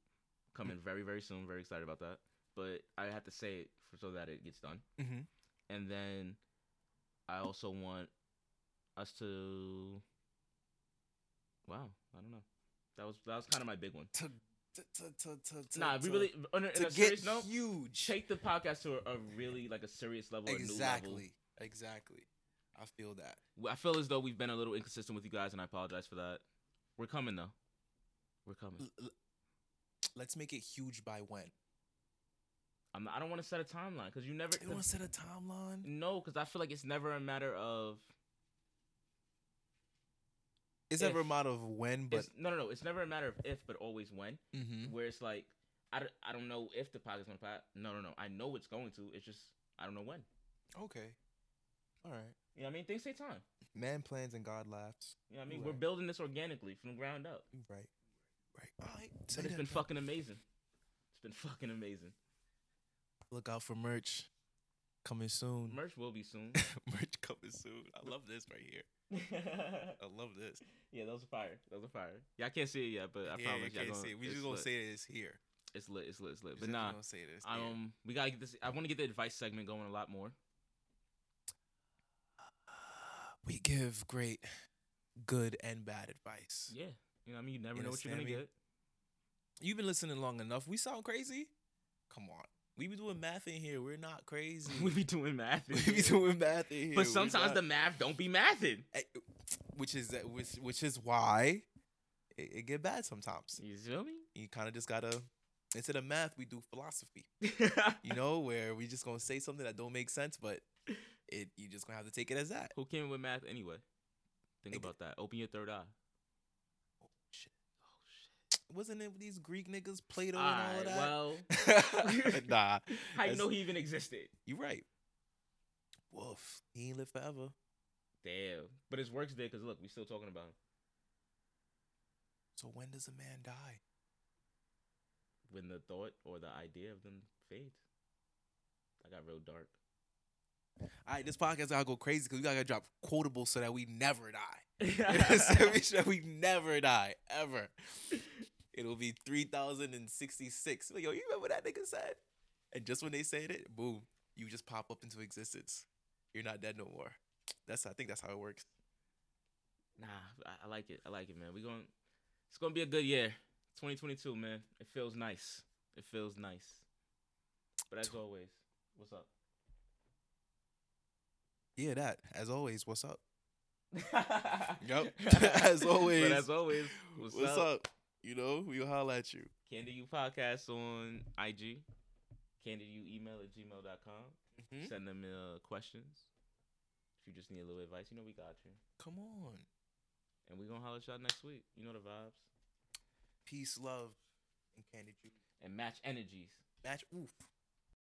Speaker 1: Coming
Speaker 2: Mm.
Speaker 1: very very soon. Very excited about that. But I have to say it for, so that it gets done.
Speaker 2: Mhm.
Speaker 1: And then I also want us to. Wow, I don't know. That was that was kind of my big one.
Speaker 2: to to to to to
Speaker 1: nah, we
Speaker 2: to-
Speaker 1: really on a,
Speaker 2: to
Speaker 1: on a
Speaker 2: get
Speaker 1: serious note.
Speaker 2: huge.
Speaker 1: Take the podcast to a, a really like a serious level, a new level.
Speaker 2: Exactly, exactly. I feel that.
Speaker 1: Well, I feel as though we've been a little inconsistent with you guys, and I apologize for that. We're coming though. We're coming.
Speaker 2: L- l- let's make it huge by when?
Speaker 1: I'm not, I don't want to set a timeline because you never.
Speaker 2: You want to set a timeline?
Speaker 1: no, because I feel like it's never a matter of.
Speaker 2: It's never a
Speaker 1: If-
Speaker 2: matter of when, but
Speaker 1: It's, no, no, no. It's never a matter of if, but always when.
Speaker 2: Mhm.
Speaker 1: Where it's like, I, d- I don't know if the podcast's gonna pop. No, no, no. I know it's going to. It's just I don't know when.
Speaker 2: okay, all right.
Speaker 1: You know what I mean? Things take time.
Speaker 2: Man plans and God laughs.
Speaker 1: You know what I mean?
Speaker 2: You're
Speaker 1: We're
Speaker 2: right.
Speaker 1: building this organically from the ground up.
Speaker 2: You right, right. All right. say
Speaker 1: But it's
Speaker 2: that,
Speaker 1: been
Speaker 2: bro.
Speaker 1: fucking amazing. It's been fucking amazing.
Speaker 2: Look out for merch coming soon.
Speaker 1: Merch will be soon.
Speaker 2: merch coming soon. I love this right here. I love this.
Speaker 1: yeah, those are fire. Those are fire. Yeah, I can't see it yet, but I promise.
Speaker 2: yeah, you
Speaker 1: y'all
Speaker 2: can't
Speaker 1: gonna-
Speaker 2: see. it. We
Speaker 1: it's
Speaker 2: just gonna
Speaker 1: lit.
Speaker 2: say it's here.
Speaker 1: It's lit. It's lit. It's lit.
Speaker 2: You
Speaker 1: But
Speaker 2: said you
Speaker 1: nah,
Speaker 2: gonna say this.
Speaker 1: um,
Speaker 2: damn.
Speaker 1: we gotta get this. I want to get the advice segment going a lot more.
Speaker 2: we give great, good and bad advice.
Speaker 1: Yeah, you know, what I mean, you never
Speaker 2: You
Speaker 1: know what you're gonna
Speaker 2: understand
Speaker 1: get.
Speaker 2: You've been listening long enough. We sound crazy. Come on, we be doing math in here. We're not crazy.
Speaker 1: we be doing math, in
Speaker 2: we be
Speaker 1: here.
Speaker 2: doing math in here.
Speaker 1: but
Speaker 2: We're
Speaker 1: sometimes
Speaker 2: not- Eh,
Speaker 1: the math don't be mathing.
Speaker 2: which is that- which which is why it, it get bad sometimes.
Speaker 1: You feel me?
Speaker 2: You kind of just gotta instead of math, we do philosophy. You know, where we just gonna say something that don't make sense, but it you just gonna have to take it as that.
Speaker 1: Who came up with math anyway? Think
Speaker 2: Ex-
Speaker 1: about that. Open your third eye.
Speaker 2: Oh, Wasn't it these Greek niggas Plato
Speaker 1: All right.
Speaker 2: and all of that?
Speaker 1: Well,
Speaker 2: nah,
Speaker 1: how you
Speaker 2: that's-
Speaker 1: know he even existed?
Speaker 2: you right. Woof, he ain't live forever.
Speaker 1: Damn. But his work's there because look, we still talking about him.
Speaker 2: So when does a man die?
Speaker 1: When the thought or the idea of them fades. I got real dark.
Speaker 2: All right, this podcast gotta go crazy because we gotta drop quotables so that we never die. so we, so we never die ever. It'll be three thousand and sixty-six. Yo, you remember what that nigga said? And just when they said it, boom, you just pop up into existence. You're not dead no more. That's I think that's how it works.
Speaker 1: Nah, I, I like it. I like it, man. We going It's gonna be a good year. 2022, man. It feels nice. It feels nice. But as always, what's up?
Speaker 2: Yeah, that. As always, what's up?
Speaker 1: yep.
Speaker 2: As always.
Speaker 1: But as always, what's, up?
Speaker 2: You know, we'll holler at you.
Speaker 1: Candid You Podcast on IG. Candid You email at gmail.com.
Speaker 2: Mhm.
Speaker 1: Send them uh, questions. If you just need a little advice, you know we got you.
Speaker 2: Come on.
Speaker 1: And we gonna holler at y'all next week. You know the vibes.
Speaker 2: Peace, love, and candid you.
Speaker 1: And match energies.
Speaker 2: Match oof.